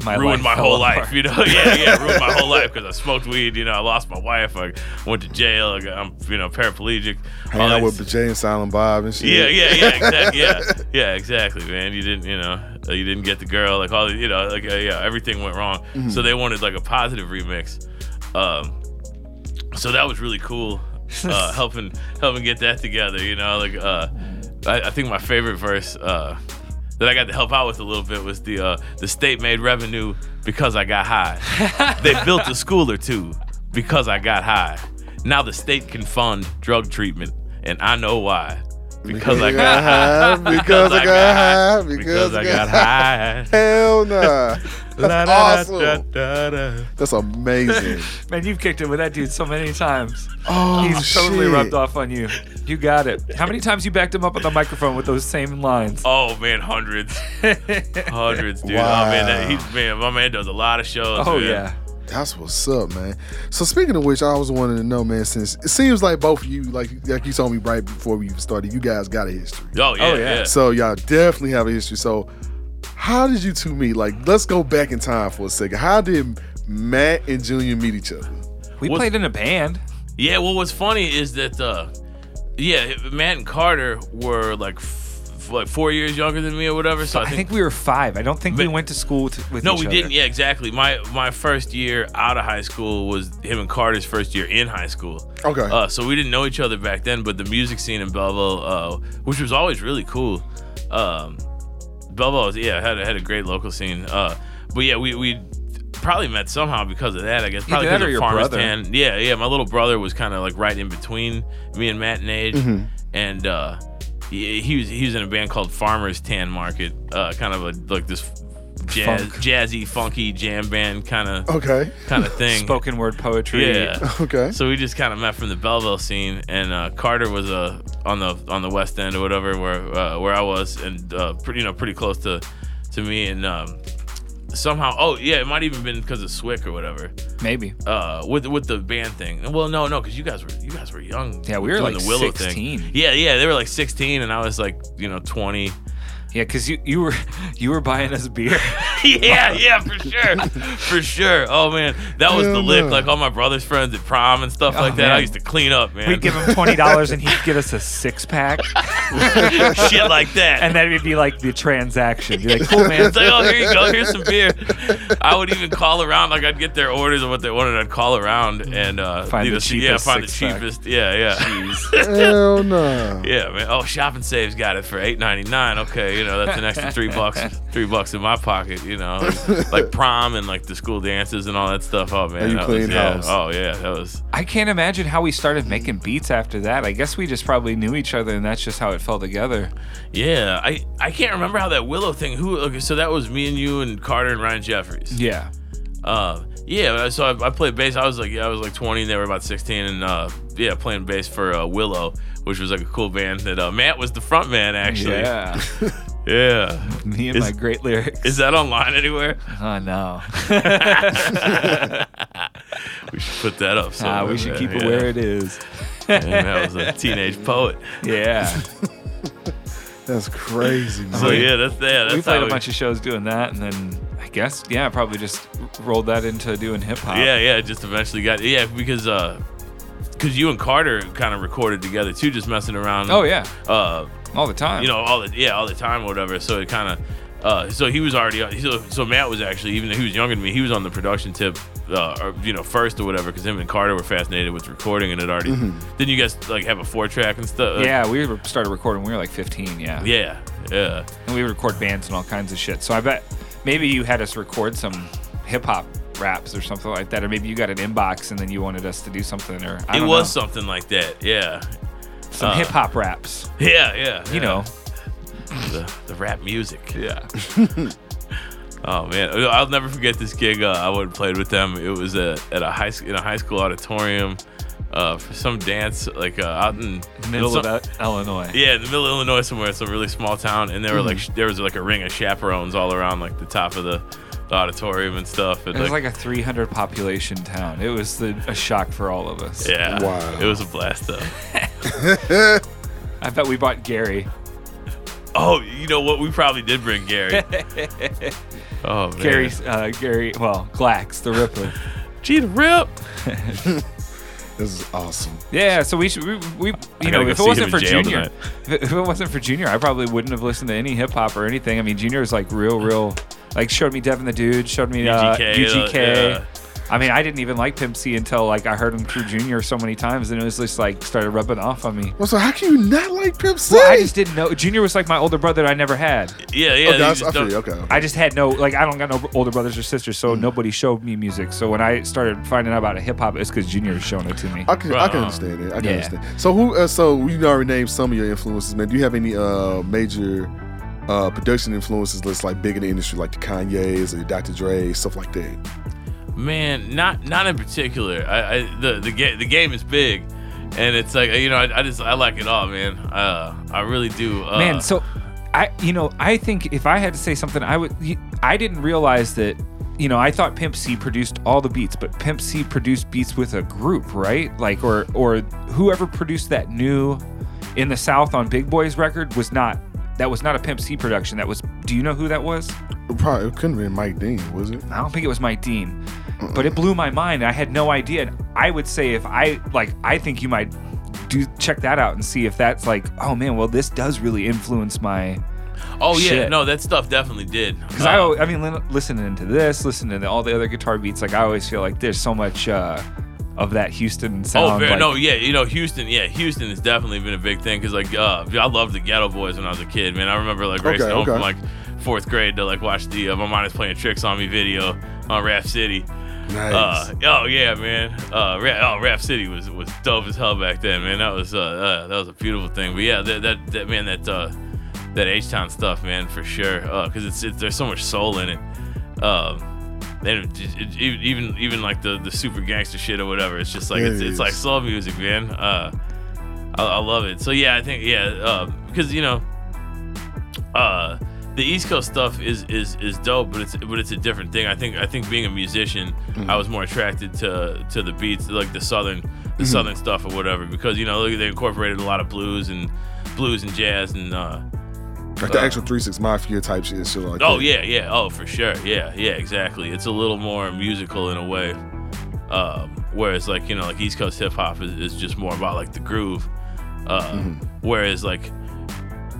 My
ruined
life
my
fell
whole
apart.
life. You know, yeah, yeah, ruined my whole life because I smoked weed. You know, I lost my wife. I went to jail. I got, I'm you know paraplegic. Uh, all
Hanging out
that
with Jay and Silent Bob and shit.
yeah, yeah, yeah, exactly. Yeah, yeah, exactly, man. You didn't, you know, uh, you didn't get the girl. Like all, the- you know, like uh, yeah, everything went wrong. So they wanted like a positive remix. Um, so that was really cool. Uh, helping helping get that together, you know, like uh, I, I think my favorite verse uh, that I got to help out with a little bit was the uh, the state made revenue because I got high. they built a school or two because I got high. Now the state can fund drug treatment, and I know why. Because I got
high. Because I got high.
because I got high.
Hell nah. That's
La, da, da,
awesome.
da, da, da.
That's amazing.
Man, you've kicked it with that dude so many times.
Oh,
He's totally
shit.
rubbed off on you. You got it. How many times you backed him up on the microphone with those same lines?
Oh man, hundreds, hundreds, dude. Oh man, that, he, man, my man does a lot of shows.
Oh
man.
yeah.
That's what's up, man. So speaking of which, I was wanting to know, man. Since it seems like both of you, like like you told me right before we even started, you guys got a history.
Oh yeah,
Oh, yeah.
yeah.
So y'all definitely have a history. So how did you two meet? Like, let's go back in time for a second. How did Matt and Junior meet each other?
We
What-
played in a band.
Yeah, well, what's funny is that, uh, yeah, Matt and Carter were like, f- f- like four years younger than me or whatever. So I
I
think,
think we were five. I don't think we
But-
went to school with, with
no,
each
we
other.
didn't. Yeah, exactly. My my first year out of high school was him and Carter's first year in high school.
Okay.
Uh, so we didn't know each other back then, but the music scene in Belleville, uh, which was always really cool. Um, Belleville, was, yeah, had a, had a great local scene. Uh, but yeah, we we probably met somehow because of that. I guess probably
that
because
or
of
your
Farmers
brother.
Tan. Yeah, yeah. My little brother was kind of like right in between me and Matt and age,
Mm-hmm.
and uh, he, he was he was in a band called Farmers Tan Market, uh, kind of a like this jazz,
Funk. Oh.
jazzy, funky jam band kind of
Okay.
kind of thing.
Spoken word poetry.
yeah.
Okay.
So we just kind of met from the Belleville scene, and uh, Carter was uh, on the on the West End or whatever, where uh, where I was, and uh, pretty you know pretty close to to me, and um, somehow. Oh yeah, it might even been because of Swick or whatever.
Maybe.
Uh, with with the band thing. Well, no, no, because you guys were you guys were young.
Yeah, we were
doing
like 16.
Yeah, yeah, they were like 16, and I was like you know 20.
Yeah, because you you were you were buying us beer.
yeah, yeah, for sure, for sure. Oh man, that was
Hell
the lick.
no.
Like all my brother's friends at prom and stuff
Oh,
like that. I
man.
used to clean up, man.
We'd give him twenty dollars and he'd give us a six pack,
shit like that.
and that would be like the transaction. Be like, cool man,
It's like, oh, here you go. Here's some beer. I would even call around. Like, I'd get their orders of what they wanted. I'd call around and uh,
Find
either
the
see- Yeah,
cheapest
find the
six-pack.
cheapest. Yeah, yeah,
Hell no.
yeah, man. Oh, Shop and Save's got it for eight ninety nine. Okay, you know that's an extra three bucks. Three bucks in my pocket. You know, like prom and like the school dances and all that stuff. Oh man,
you
that was-
clean
yeah.
house.
Oh yeah, that was.
I can't imagine how we started making beats after that. I guess we just probably knew each other, and that's just how it fell together.
Yeah, I I can't remember how that Willow thing. Who? Okay, so that was me and you and Carter and Ryan Jeffries.
Yeah,
Uh, yeah, so I, I played bass. I was like, yeah, I was like 20, and they were about 16, and uh, yeah, playing bass for uh, Willow, which was like a cool band that uh, Matt was the front man actually.
yeah.
Yeah.
Me and
Is-
my great lyrics.
Is that online anywhere?
oh no.
We should put that up. So
Ah, we should keep it where it is.
Matt was a teenage poet.
Yeah.
That's crazy, man.
So yeah, that's yeah, that's
we played
how
a bunch of shows doing that, and then I guess yeah, probably just rolled that into doing hip hop.
Yeah, yeah, just eventually got yeah because uh, because you and Carter kind of recorded together too, just messing around.
Oh yeah,
Uh,
all the time.
you know all the yeah all the time or whatever so it kind of uh, so he was already so, so matt was actually even though he was younger than me he was on the production tip uh, or, you know first or whatever because him and carter were fascinated with recording and it already didn't you guys like have a four track and stuff
Mm-hmm. Yeah, we were- started recording. when We were like 15, yeah.
yeah yeah
And we would record bands and all kinds of shit. So I bet maybe you had us record some hip hop raps or something like that, or maybe you got an inbox and then you wanted us to do something, or I
it
don't
was
know,
something like that yeah
some
uh,
hip hop raps.
yeah yeah
You
yeah.
know,
the, the rap music
yeah.
Oh man, I'll never forget this gig. Uh, I went and played with them. It was uh at a high sc- in a high school auditorium uh, for some dance, like uh, out in
Middle
in
of
some-
that, Illinois.
Yeah, in the middle of Illinois somewhere. It's a really small town, and there were like sh-
Mm-hmm.
there was like a ring of chaperones all around like the top of the, the auditorium and stuff. And,
It was like a 300 population town. It was the, a shock for all of us.
yeah,
Wow.
it was a blast though.
I bet we bought Gary.
Oh, you know what? We probably did bring Gary. oh man,
Gary, uh, Gary, well, Glax, the Ripper.
Gee, the rip.
This is awesome.
Yeah, so we should, we, we you
gotta
know,
go
if
see
it
him
wasn't
in
for
jail
Junior,
tonight.
if it- if it wasn't for Junior, I probably wouldn't have listened to any hip hop or anything. I mean, Junior was like real, real, like showed me Devin the Dude, showed me uh,
UGK,
UGK.
uh, yeah.
I mean, I didn't even like Pimp C until like I heard him through Junior so many times, and it was just like started rubbing off on me.
Well, so how can you not like Pimp C?
Well, I just didn't know. Junior was like my older brother that I never had.
Yeah, yeah.
Okay,
you
Oh, I,
just
I feel
don't-
you. Okay. okay.
I just had no like I don't got no older brothers or sisters, so nobody showed me music. So when I started finding out about hip hop, it's because Junior was showing it to me.
I can, I
Right
can
on.
understand it. I can
Yeah.
understand. So who? Uh, so we already named some of your influences, man. Do you have any uh, major uh, production influences that's like big in the industry, like the Kanye's or the Dr. Dre, stuff like that?
Man, not not in particular. I, I the the game the game is big, and it's like you know I, I just I like it all, man. Uh, I really do. Uh,
Man, so I, you know, I think if I had to say something, I would. I didn't realize that. You know, I thought Pimp C produced all the beats, but Pimp C produced beats with a group, right? Like, or or whoever produced that new in the South on Big Boy's record was not. That was not a Pimp C production. That was. Do you know who that was?
Probably it couldn't have been Mike Dean, was it?
I don't think it was my dean, but it blew my mind. I had no idea. And I would say if I like, I think you might do check that out and see if that's like, oh man, well this does really influence my.
oh yeah,
shit.
no, that stuff definitely did. Uh,
Because I, al- I mean, li- listening to this, listening to all the other guitar beats, like I always feel like there's so much uh, of that Houston sound.
Oh, very,
like-
no, yeah, you know, Houston, yeah, Houston has definitely been a big thing because, like, uh, I loved the Ghetto Boys when I was a kid, man. I remember, like, racing
Okay,
home
okay.
from, like, fourth grade to, like, watch the uh, My Mind is Playing Tricks on Me video on Rap City.
Nice.
Uh, oh, yeah, man. Uh, Ra- oh, Rap City was, was dope as hell back then, man. That was, uh, uh that was a beautiful thing. But, yeah, that, that, that man, that, uh, that H Town stuff, man, for sure. Because it's, it's there's so much soul in it. Um, and it- it- it- even even like the, the super gangster shit or whatever, it's just like
Yeah,
it's,
it
it's
is.
like soul music, man. Uh, um, I, I love it. So yeah, I think yeah, uh, because you know, uh, the East Coast stuff is is is dope, but it's but it's a different thing. I think I think being a musician, I was more attracted to to the beats, like the southern the southern stuff or whatever, because you know look, they incorporated a lot of blues and blues and jazz and. uh
Like the
Uh,
actual three six mafia type shit, shit like
Oh
that.
yeah, yeah. Oh for sure. Yeah, yeah. Exactly. It's a little more musical in a way. Um, whereas like you know like East Coast hip hop is, is just more about like the groove. Uh,
Mm-hmm.
Whereas like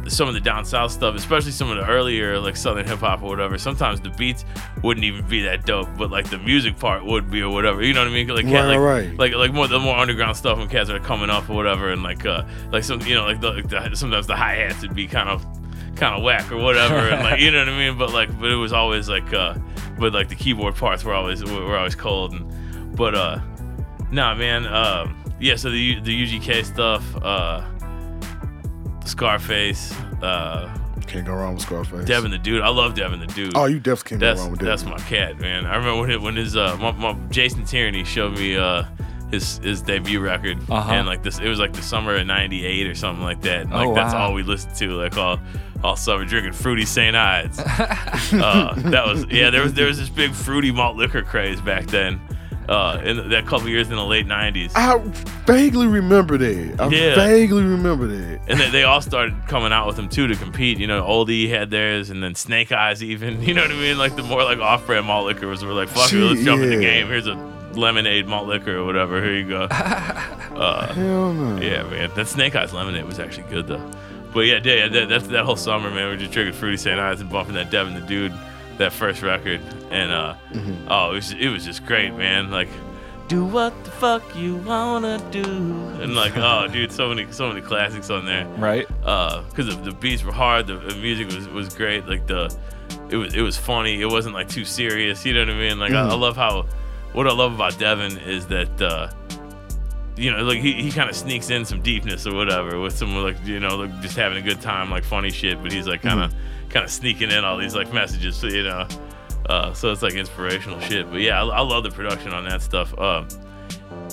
some of the down south stuff, especially some of the earlier like southern hip hop or whatever, sometimes the beats wouldn't even be that dope, but like the music part would be or whatever. You know what I mean? Like
Right,
cat- like,
right.
like like more the more underground stuff when cats are coming up or whatever, and like uh like some you know like the, like the sometimes the hi hats would be kind of kind of whack or whatever, and like you know what I mean. But like but it was always like uh but like the keyboard parts were always were were always cold and but uh nah man um yeah so the U- the UGK stuff uh Scarface uh
Can't go wrong with Scarface.
Devin the dude I love Devin the dude
Oh, you definitely can't
that's
go wrong with Devin.
that's my cat, man. I remember when it, when his uh my, my Jason Tierney showed me uh his his debut record
Uh-huh.
and like this it was like the summer of '98 or something like that. And, like
Oh,
that's
wow.
all we listened to like all all summer drinking fruity St. Ides. uh, that was yeah. There was there was this big fruity malt liquor craze back then. Uh, in that couple years in the late '90s.
I vaguely remember that. I
Yeah.
vaguely remember that.
and they, they all started coming out with them too to compete. You know, Old E had theirs, and then Snake Eyes even. You know what I mean? Like the more like off-brand malt liquors were like, "Fuck it, let's jump in the
Shit, yeah.
game." Here's a lemonade malt liquor or whatever. Here you go. uh,
Hell no.
yeah, man, that Snake Eyes lemonade was actually good though. But yeah, yeah, that, that that whole summer, man, we just drinking fruity St. Eyes and bumping that Devin the Dude, that first record, and uh, oh, it was it was just great, man. Like. Do what the fuck you wanna do, and like, oh, dude, so many, so many classics on there
right?
because uh, the, the beats were hard, the, the music was, was great, like the it was it was funny, it wasn't like too serious, you know what I mean? Like I, I love how what I love about Devin is that uh, you know like he, he kind of sneaks in some deepness or whatever with some like you know like just having a good time, like funny shit, but he's like kind of kind of sneaking in all these like messages, so, you know. Uh, so it's like inspirational shit, but yeah, I, I love the production on that stuff. Um,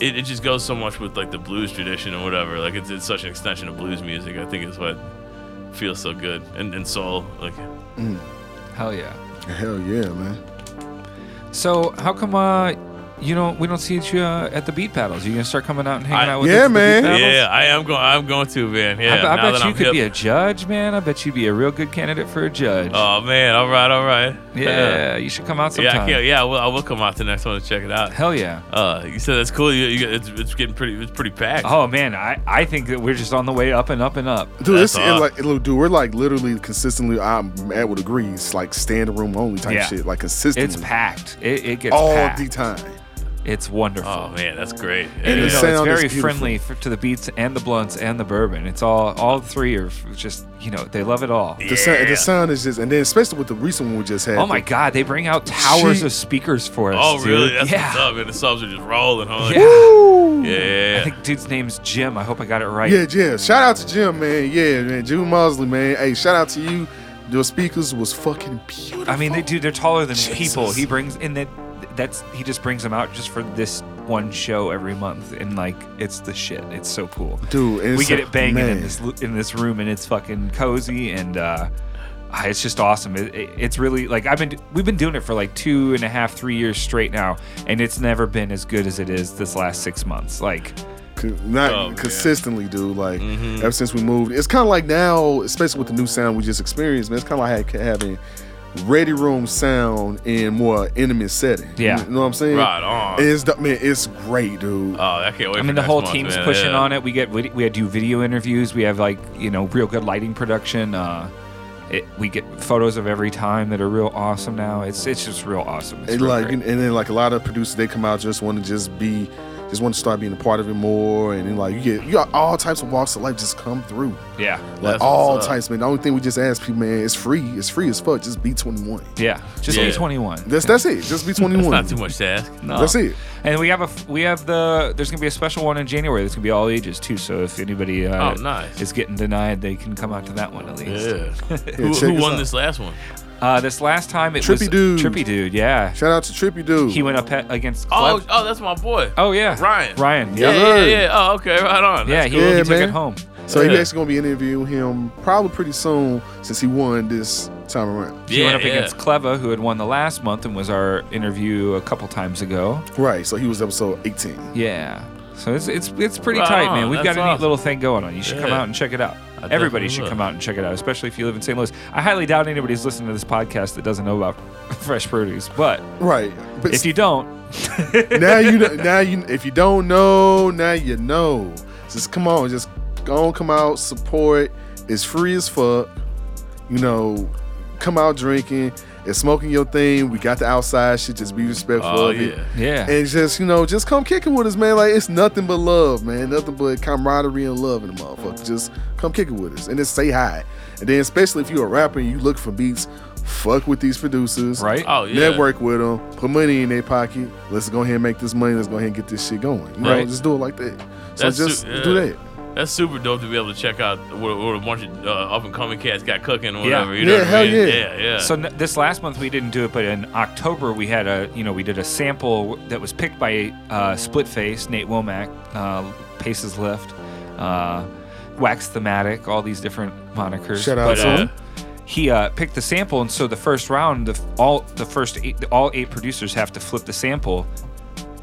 it, it just goes so much with like the blues tradition and whatever. Like it's, it's such an extension of blues music. I think is what feels so good and, and soul. Like
Hell yeah.
Hell yeah, man.
So how come uh you don't we don't see you uh, at the beat battles? You gonna start coming out and hanging
I-
out with
Yeah,
us at the
man.
Beat battles?
yeah, I am going. I'm going to man. Yeah,
I, be- I
now
bet
that
you
I'm
could
hip.
be a judge, man. I bet you'd be a real good candidate for a judge.
oh man, all right, all right.
yeah, you should come out
yeah,
sometime.
I can, yeah. I will, I will come out the next one to check it out.
Hell yeah.
Uh, you said that's cool. You, you, it's, it's getting pretty. It's pretty packed.
Oh man, I, I think that we're just on the way up and up and up.
Dude,
That's
it's it,
hot.
like look, dude, we're like literally consistently. I'm Matt would agree. It's like standing room only type
Yeah.
shit. Like consistently,
It's packed. It, it gets
all
packed.
Oh, the time.
It's wonderful.
Oh, man, that's great.
And
the
you
Yeah.
know,
sound
it's
is
very
beautiful.
friendly for, to the beats and the blunts and the bourbon. It's all all three are f- just you know they love it all.
The sound, the sound is just, and then especially with the recent one we just had.
Oh my god, they bring out towers
She-
of speakers for us.
Oh, really?
dude.
That's
yeah.
what's up. And the subs are just rolling. Huh?
Yeah.
Woo!
yeah, yeah, yeah.
I think dude's name's Jim. I hope I got it right.
Yeah, yeah. Shout out to Jim, man. Yeah, man. Jim Mosley, man. Hey, shout out to you. Your speakers was fucking beautiful.
I mean, they do. They're taller than people.
Jesus.
He brings in that. That's he just brings them out just for this one show every month, and like it's the shit. It's so cool.
dude. and
we
it's
get
a-
it banging
man.
in this lo- in this room, and it's fucking cozy, and uh, ah, it's just awesome. It, it- it's really like I've been we've been doing it for like two and a half, three years straight now, and it's never been as good as it is this last six months. Like
Co- not
Oh, Mm-hmm. man.
consistently, dude. Like ever since we moved, it's kind of like now, especially with the new sound we just experienced, man. It's kind of like ha- having ready room sound in more intimate setting.
Yeah.
you know what I'm saying?
Right on.
It's the- man, it's great, dude.
oh, I can't wait.
I
for
mean, the
next
whole
month,
team's
man.
pushing
yeah.
on it. We get we, we do video interviews. We have like you know real good lighting production. Uh, it, we get photos of every time that are real awesome. Now it's it's just real awesome. It's
and
real
like,
great.
and then like a lot of producers, they come out just want to just be, just want to start being a part of it more, and then like you get you got all types of walks of life just come through,
yeah,
like
That's
all
what's up.
types, man. The only thing we just ask people, man, it's free, it's free as fuck. Just be 21.
yeah. Just
Yeah.
be twenty one.
That's that's it. Just be 21.
It's not too much to ask.
No.
That's it.
And we have a f- we have the there's gonna be a special one in January. That's gonna be all ages too. So if anybody uh,
Oh, nice.
is getting denied, they can come out to that one at least.
Yeah.
Yeah,
who
check
who
us
won
out.
this last one?
Uh, this last time it
Trippy
was
Dude.
Trippy dude. Yeah,
Shout out to Trippy Dude.
he went up at, against.
Oh,
Clef-
oh, that's my boy.
oh yeah,
Ryan.
Ryan.
Yeah,
Yes,
yeah,
sir.
yeah. Oh, okay, right on.
Yeah,
That's
he,
cool.
he
Yeah,
took
man.
it home.
So he's
Yeah.
actually gonna be interviewing him probably pretty soon since he won this time around.
He went up
yeah.
against Cleva, who had won the last month and was our interview a couple times ago.
Right. So he was episode 18.
Yeah. So it's it's it's pretty
Right
tight,
on,
man. We've got
that's
a
awesome.
neat little thing going on. You should come
Yeah.
out and check it out.
I
Everybody
definitely
should
will.
come out and check it out, especially if you live in St. Louis. I highly doubt anybody's listening to this podcast that doesn't know about fresh produce, but
Right. But
if you don't,
now you now you if you don't know now you know just come on just go on come out support it's free as fuck you know come out drinking it's smoking your thing we got the outside shit just be respectful
Oh
of it
yeah.
yeah.
and just you know just come kicking with us man like it's nothing but love man nothing but camaraderie and love in the motherfucker just come kicking with us and just say hi and then especially if you're a rapper and you look for beats fuck with these producers
right?
Oh yeah.
network with them, put money in their pocket. Let's go ahead and make this money. Let's go ahead and get this shit going. You know,
Right.
just do it like that. So
That's
just
su- yeah.
do that.
That's super dope to be able to check out what, what a bunch of uh, up and coming cats got cooking or whatever. You know
Yeah,
what
hell
I mean?
yeah.
yeah, yeah.
So n- this last month we didn't do it, but in October we had a you know we did a sample that was picked by uh, Split Face, Nate Womack, uh, Paces Left, uh, Wax Thematic, all these different monikers.
Shout out
But,
to
uh,
him.
He uh, picked the sample, and so the first round, the f- all the first eight, all eight producers have to flip the sample.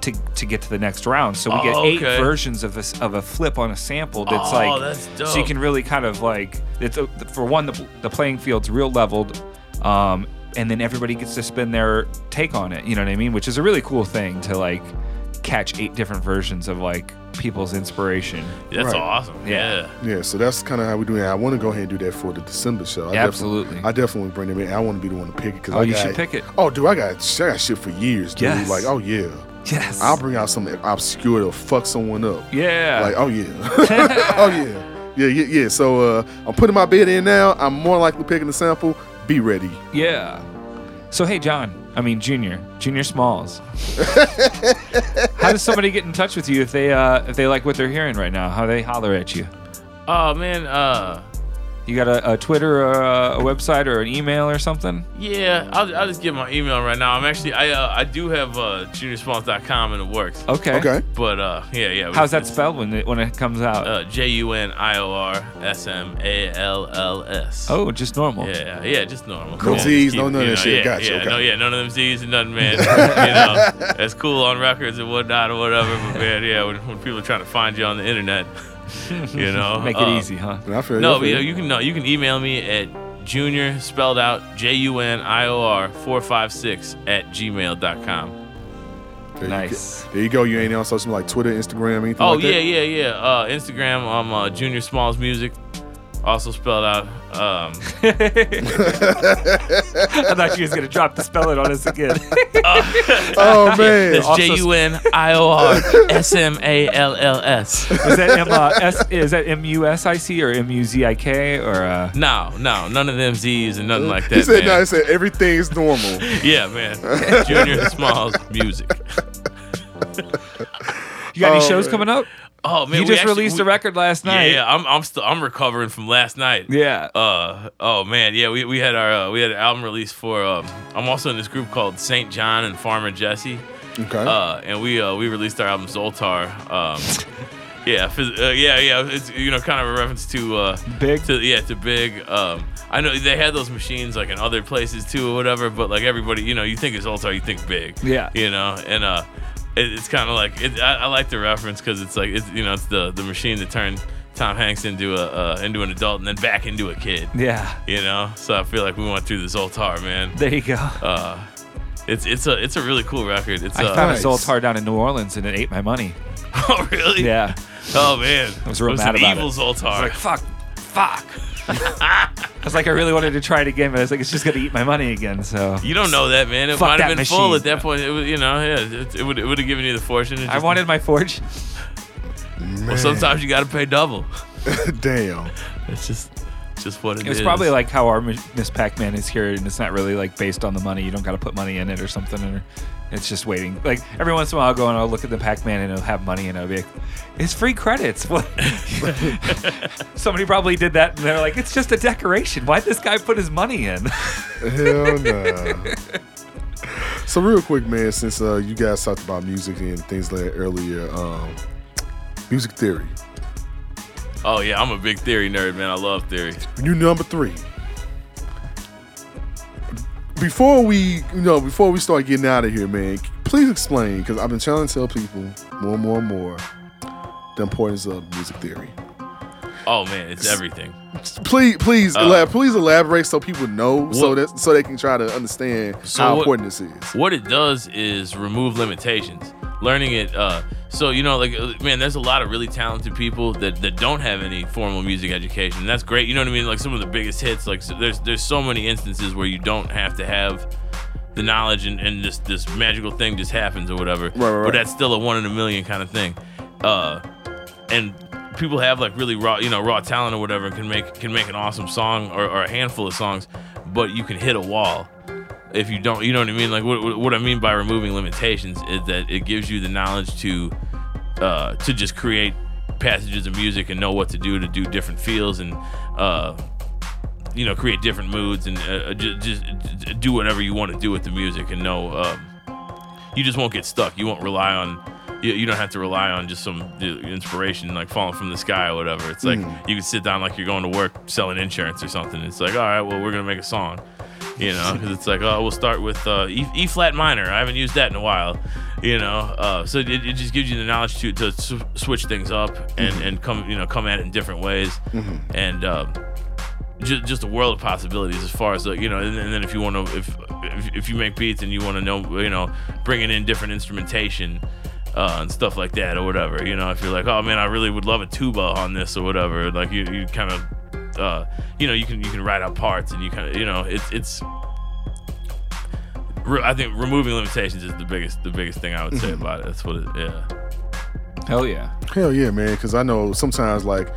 To, to get to the next round, so we get
Oh,
eight
okay.
versions of a, s- of a flip on a sample. That's
Oh,
like
that's
so you
dope.
can really kind of like it's a, for one the, the playing field's real leveled um, and then everybody gets to spin their take on it you know what i mean which is a really cool thing to like catch eight different versions of like people's inspiration
That's
Right.
awesome.
Yeah.
Yeah.
Yeah, so that's kind of how we do it. I want to go ahead and do that for the December show. I
Yeah,
definitely-
absolutely.
I definitely bring them in. I want to be the one to pick it because
oh
I
you
got,
should pick it
Oh, dude, I got I got shit for years, dude.
Yes.
Like, oh yeah,
yes
I'll bring out something obscure to fuck someone up.
yeah
Like, oh yeah, oh yeah. Yeah, yeah, yeah. So uh, I'm putting my bid in now. I'm more likely picking the sample. Be ready.
yeah so hey john i mean junior junior smalls how does somebody get in touch with you if they uh if they like what they're hearing right now how they holler at you
Oh man. Uh.
you got a, a twitter or a, a website or an email or something
Yeah. I'll, I'll just give my email right now. I'm actually I uh, I do have uh, juniorsponse.com in the works.
Oh. Okay.
But uh yeah yeah.
How's that spelled when it when it comes out?
Uh, J U N I O R S M A L L S.
oh, just normal.
Yeah, yeah, just normal.
No
yeah,
Z's,
just
no none of
you
that
know,
shit.
Yeah,
Gotcha,
Yeah,
okay.
no, yeah, none of them Z's and nothing, man. you know, that's cool on records and whatnot or whatever. But man, yeah, when, when people are trying to find you on the internet, you know,
Make it
uh,
easy, huh?
And I feel I
No,
feel
you, know, you can no, you can email me at junior spelled out J U N I O R four five six at gmail.com.
There you
Nice.
go. there you go. You ain't on social like Twitter, Instagram, anything
Oh
like that?
yeah, yeah, yeah. Uh, Instagram, um, uh, Junior Smalls Music, also spelled out. Um,
I thought you was gonna drop the spell it on us again.
Oh man.
That's
Also-
J U N I O R S M A L L S.
is that M uh, S, is that M U S I C or M U Z I K or uh,
No, no, none of them Z's and nothing like that.
he said
man.
no, he said everything's normal.
Yeah, man. Junior Smalls music.
you got any
Oh,
shows
man.
coming up?
Oh man,
you
we
just
actually-
released
we-
a record last night.
Yeah, I'm I'm still I'm recovering from last night.
Yeah.
Uh oh man, yeah, we, we had our uh, we had an album release for um I'm also in this group called Saint John and Farmer Jesse.
Okay.
Uh, and we uh, we released our album Zoltar. Um, yeah, phys- uh, yeah, yeah. It's you know kind of a reference to uh,
Big?
To, yeah, to big. Um, I know they had those machines like in other places too or whatever, but like everybody, you know, you think of Zoltar, you think big.
Yeah.
You know, and uh, it, it's kind of like it, I, I like the reference because it's like it's you know it's the the machine that turned Tom Hanks into a uh, into an adult and then back into a kid.
Yeah.
You know, so I feel like we went through the Zoltar, man.
There you go.
Uh, it's it's a it's a really cool record. It's
I
uh,
found
nice.
a Zoltar down in New Orleans and it ate my money.
Oh really?
Yeah.
Oh man.
I was real
it was
mad
an
about
evil
it. I
Zoltar.
was like, fuck, fuck. I was like, I really wanted to try it again, but I was like, it's just gonna eat my money again. So
you don't know that man. It
Fuck
might have
that
been full
machine.
at that point. It was, you know, yeah, it, it would it would have given you the fortune. It
I
just-
wanted my fortune.
Well, sometimes you got to pay double.
Damn.
It's just just what
It was probably like how our Miss Pac-Man is here, and it's not really like based on the money. You don't got to put money in it or something, or it's just waiting. Like every once in a while, I'll go and I'll look at the Pac-Man and it'll have money, and it'll be like, "It's free credits." What? Somebody probably did that, and they're like, "It's just a decoration. Why'd this guy put his money in?"
Hell nah. so real quick, man, since uh, you guys talked about music and things like that earlier, um, music theory.
Oh yeah, I'm a big theory nerd, man. I love theory.
You number three. Before we, you know, before we start getting out of here, man, please explain because I've been trying to tell people more and more and more the importance of music theory.
Oh man, it's everything.
Please, please,
Uh,
elab- please elaborate so people know, so
what-
that so they can try to understand
So
how
what-
important this is.
What it does is remove limitations. Learning it, uh, so you know, like uh, man, there's a lot of really talented people that, that don't have any formal music education. And that's great. You know what I mean? Like some of the biggest hits. Like so there's there's so many instances where you don't have to have the knowledge and, and this this magical thing just happens or whatever.
right, right.
But that's still a one in a million kind of thing. Uh, and people have like really raw you know raw talent or whatever and can make can make an awesome song or, or a handful of songs but you can hit a wall if you don't you know what i mean like what, what- what i mean by removing limitations is that it gives you the knowledge to uh, to just create passages of music and know what to do to do different feels and uh, you know create different moods and uh, just, just do whatever you want to do with the music and know um, you just won't get stuck. You won't rely on you, you don't have to rely on just some uh, inspiration like falling from the sky or whatever. It's like you can sit down like you're going to work selling insurance or something. It's like all right, well we're gonna make a song, you know, 'cause it's like oh we'll start with uh, e, e flat minor. I haven't used that in a while, you know. Uh, so it, it just gives you the knowledge to to sw- switch things up and and come you know come at it in different ways and. Uh, just, just a world of possibilities as far as like you know and, and then if you want to if, if if you make beats and you want to know you know bringing in different instrumentation uh, and stuff like that or whatever you know if you're like oh man i really would love a tuba on this or whatever like you, you kind of uh, you know you can you can write out parts and you kind of you know it's it's re- i think removing limitations is the biggest the biggest thing i would say about it that's what it yeah
Hell yeah.
Hell yeah, man! Because I know sometimes like,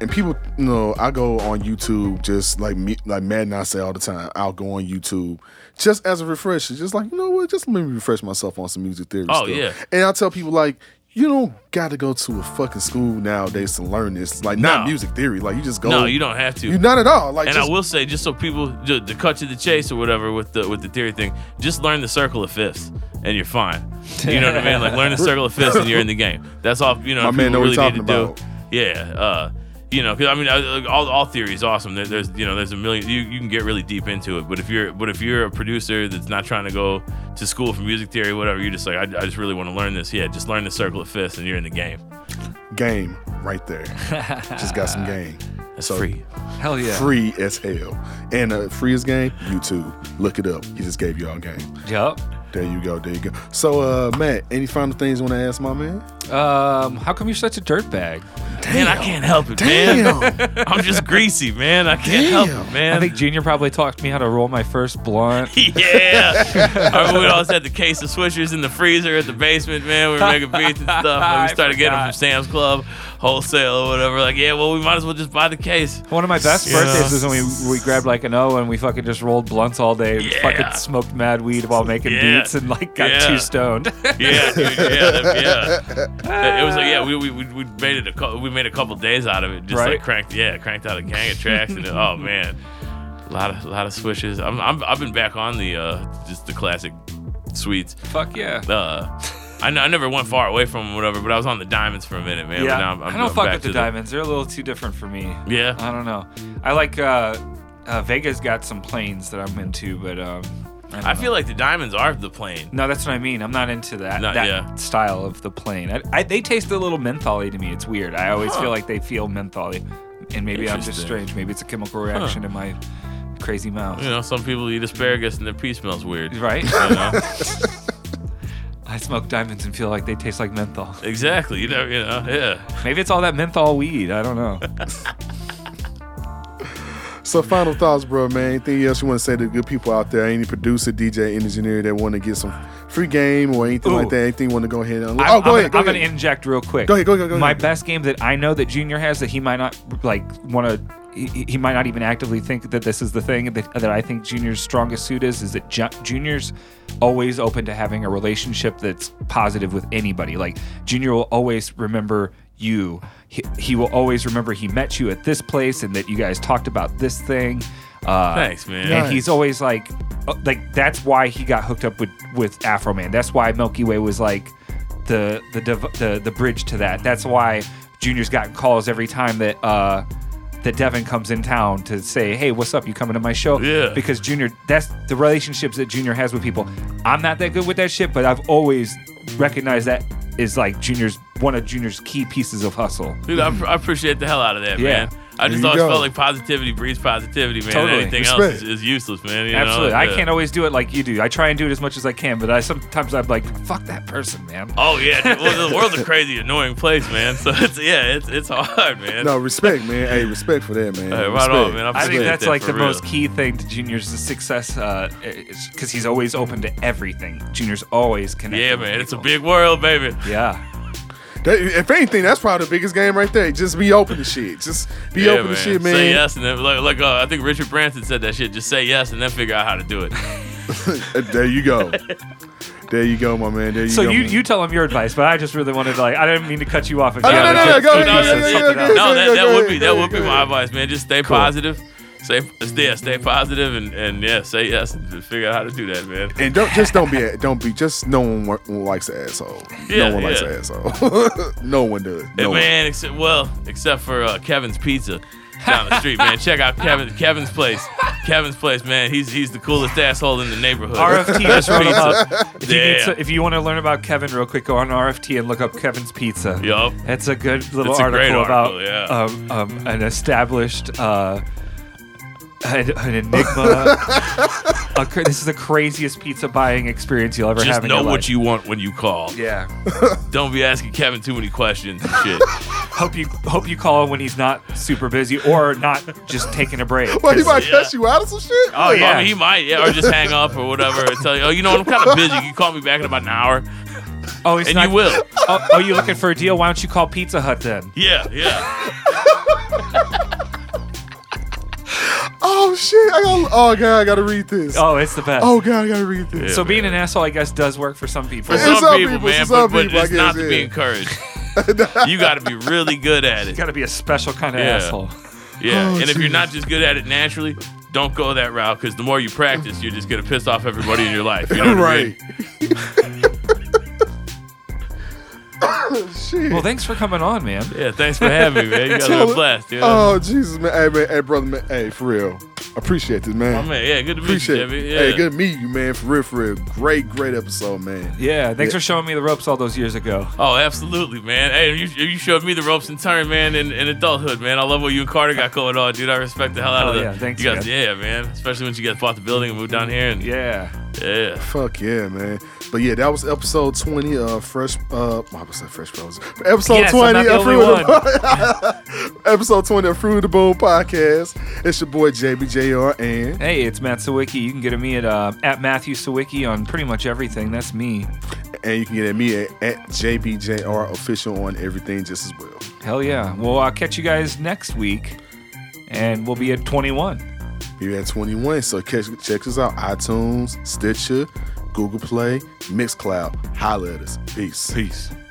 and people, you know, I go on YouTube just like me, like Matt and I say all the time. I'll go on YouTube just as a refresher, just like you know what, just let me refresh myself on some music theory.
Oh,
stuff.
yeah.
And I tell people like. You don't got to go to a fucking school nowadays to learn this. Like, not
No.
music theory. Like, you just go.
no you don't have to
You not at all. Like,
and
just,
I will say, just so people to, to cut to the chase or whatever with the with the theory thing, just learn the circle of fifths and you're fine. You know what I mean? Like learn the circle of fifths and you're in the game. That's all you know.
My
people
man know what
really
he's
need to
talking
do. Yeah. Uh, you know, 'cause I mean, I- all, all theory is awesome. There, there's, you know, there's a million. You, you can get really deep into it, but if you're, but if you're a producer that's not trying to go to school for music theory, or whatever, you're just like, I, I just really want to learn this. Yeah, just learn the circle of fifths, and you're in the game.
game right there. just got some game.
That's
So-
free.
Hell yeah.
Free as hell. And uh, free as game, YouTube. Look it up. He just gave y'all game.
Yup.
There you go. There you go. So, uh, Matt, any final things you want to ask my man?
Um, how come you're such a dirtbag?
Man, I can't help it, man.
Damn.
I'm just greasy, man. I can't help
Damn.
it, man.
I think Junior probably talked me how to roll my first blunt.
yeah. I remember we always had the case of swishers in the freezer at the basement, man. We were making beats and stuff. Like
I
we started getting them from
forgot.
Sam's Club, wholesale or whatever. Like, yeah, well, we might as well just buy the case.
One of my best
Yeah.
birthdays was when we, we grabbed like an O and we fucking just rolled blunts all day and
Yeah.
fucking smoked mad weed while making
Yeah.
beats and like got
Yeah.
too stoned.
Yeah, dude, yeah, that- yeah. It was like, yeah, we, we, we we made it a cou- we made a couple days out of it, just
Right.
like cranked, yeah, cranked out a gang of tracks, and oh man, a lot of a lot of swishes. I'm, I'm I've been back on the uh just the classic sweets.
Fuck yeah.
Uh, I, n- I never went far away from 'em, whatever, but I was on the diamonds for a minute, man.
Yeah,
But now I'm, I'm
I do not fuck
back
with
to
the diamonds. They're a little too different for me.
Yeah.
Uh,
I don't know. I like uh, uh Vega's got some planes that I'm into, but um, I,
I feel like the diamonds are the plane.
no, that's what I mean. I'm not into that
Not-
that
yeah.
style of the plane. I, I, they taste a little mentholy to me. It's weird. I always
Huh.
feel like they feel mentholy, and maybe I'm just
Interesting.
strange. Maybe it's a chemical reaction in my crazy mouth.
You know, some people eat asparagus and their pee smells weird.
Right?
You know?
I smoke diamonds and feel like they taste like menthol.
exactly. You know, you know, yeah.
Maybe it's all that menthol weed. I don't know.
So, final thoughts, bro, man. Anything else you want to say to the good people out there? Any producer, DJ, any engineer that want to get some free game or anything like
Ooh.
that? Anything you want to go ahead
I'm,
and. oh, go
I'm
ahead.
Gonna, I'm
go
gonna
ahead.
inject real quick.
Go ahead, go ahead, go ahead.
My best game that I know that Junior has that he might not like want to. He, he might not even actively think that this is the thing that, that I think Junior's strongest suit is. Is that Ju- Junior's always open to having a relationship that's positive with anybody. Like Junior will always remember you. He, he will always remember he met you at this place and that you guys talked about this thing. Uh,
Thanks, man.
Yeah.
and he's always like, uh, like that's why he got hooked up with with Afro Man. That's why Milky Way was like the the div- the the bridge to that. That's why Junior's gotten calls every time that uh, that Devin comes in town to say, "Hey, what's up? You coming to my show?"
Yeah.
Because Junior, that's the relationships that Junior has with people. I'm not that good with that shit, but I've always recognized that is like Junior's one of Junior's key pieces of hustle.
Dude, I, I appreciate the hell out of that,
Yeah.
man. I
There
just
you
always
go.
felt like positivity breeds positivity, man.
Totally.
Anything else
Respect.
is, is useless, man. you know?
Absolutely. I
Yeah.
can't always do it like you do. I try and do it as much as I can, but I sometimes I'm like, fuck that person, man.
Oh yeah, dude. Well, the world's a crazy, annoying place, man. So it's yeah, it's it's hard, man.
No, respect, man. Hey, respect for that, man.
Hey, right
Respect.
on, man. I
I think
appreciate
that's
that
like
for
the
real.
most key thing to Junior's success, because he's always open to everything. Junior's always connected.
Yeah,
with
man. It's a
people.
big world, baby.
Yeah,
That- if anything, that's probably the biggest game right there. Just be open to shit. Just be
Yeah,
open to shit, man.
Say yes, and then like, like uh, I think Richard Branson said that shit. Just say yes, and then figure out how to do it.
Uh, there you go. There you go, my man. There you
so
go.
you
man.
you tell him your advice, but I just really wanted to like I didn't mean to cut you off. If
Oh,
you
no,
had
no,
a
no,
good-
go
something
ahead,
else,
yeah,
something
yeah, yeah,
else.
yeah,
no, that, that
go
would
ahead,
be
go
that would be
ahead, go
my
ahead.
advice, man. Just stay positive. Stay yeah, stay positive and, and yeah, say yes and just figure out how to do that, man.
And don't just don't be a, don't be just no one wa- likes an asshole.
Yeah,
no one likes
yeah.
an asshole. no one does.
Hey,
No
man, except well, except for uh, Kevin's Pizza down the street, man. Check out Kevin Kevin's place. Kevin's place, man. He's he's the coolest asshole in the neighborhood.
RFT just
Pizza.
wrote him up. If you, need
Yeah.
to- if you want to learn about Kevin real quick, go on RFT and look up Kevin's Pizza.
Yup.
That's a good little
It's a great
article, about
article, yeah.
um, um, an established uh, an, an enigma. a, cra- this is the craziest pizza buying experience you'll ever
Just
have. in your
know what
life.
you want when you call.
Yeah.
Don't be asking Kevin too many questions and shit. Oh,
hope you hope you call when he's not super busy or not just taking a break.
What, he
'cause-
might
Yeah.
cuss you out of some shit?
Oh, yeah.
I mean, he might, yeah, or just hang up or whatever and tell you, oh, you know what, I'm kind of busy. You can call me back in about an hour.
oh, he's
and
not,
you will.
Oh, oh, you looking for a deal? Why don't you call Pizza Hut then?
Yeah, yeah.
Oh shit! I got. Oh god, I gotta read this. Oh,
Oh, it's the best.
god, I gotta read this.
so
Yeah,
being
man.
an asshole, I guess, does work for some people.
For
It's
some
some
people,
people,
man,
it's some
but, but
people, I
it's not
guess,
to be
yeah.
encouraged. you got to be really good at it.
Got to be a special kind of
Yeah.
asshole.
Yeah,
Oh,
and if you're
geez.
not just good at it naturally, don't go that route because the more you practice, you're just gonna piss off everybody in your life. You know what I mean?
right. shit.
Well, thanks for coming on, man.
Yeah, thanks for having me, man. You guys
Tell
are a
it-
blast, you know?
Oh Jesus, man. Hey, man. Hey, brother, man. Hey, for real. Appreciate this, man.
My man, yeah, good to meet you,
Oh. Appreciate
Jimmy.
it.
Yeah.
Hey, good to meet you, man. For real, for real. Great, great episode, man.
Yeah, thanks
Yeah.
for showing me the ropes all those years ago.
Oh, absolutely, man. Hey, you, you showed me the ropes in turn, man, in, in adulthood, man. I love what you and Carter got going on, dude. I respect the hell out of
Hell
the
yeah, thanks,
you guys.
man.
Yeah, man. Especially when you guys bought the building and moved down here, and yeah,
Yeah.
yeah.
Fuck yeah, man. But yeah, that was episode 20 of Fresh uh I was saying Fresh Bros. Episode
Yes, I'm
20
not the
of
only
Fruit of the Bo- Episode 20 of Fruit of the Boom podcast. It's your boy JBJR and
Hey, it's Matt Sawicki. You can get at me at uh, at Matthew Sawicki on pretty much everything. That's me.
and you can get at me at, at JBJR official on everything just as well.
Hell yeah. Well, I'll catch you guys next week, and we'll be at 21.
You're at 21, so catch, check us out. iTunes, Stitcher, Google Play, Mixcloud. Holla at us. Peace.
Peace.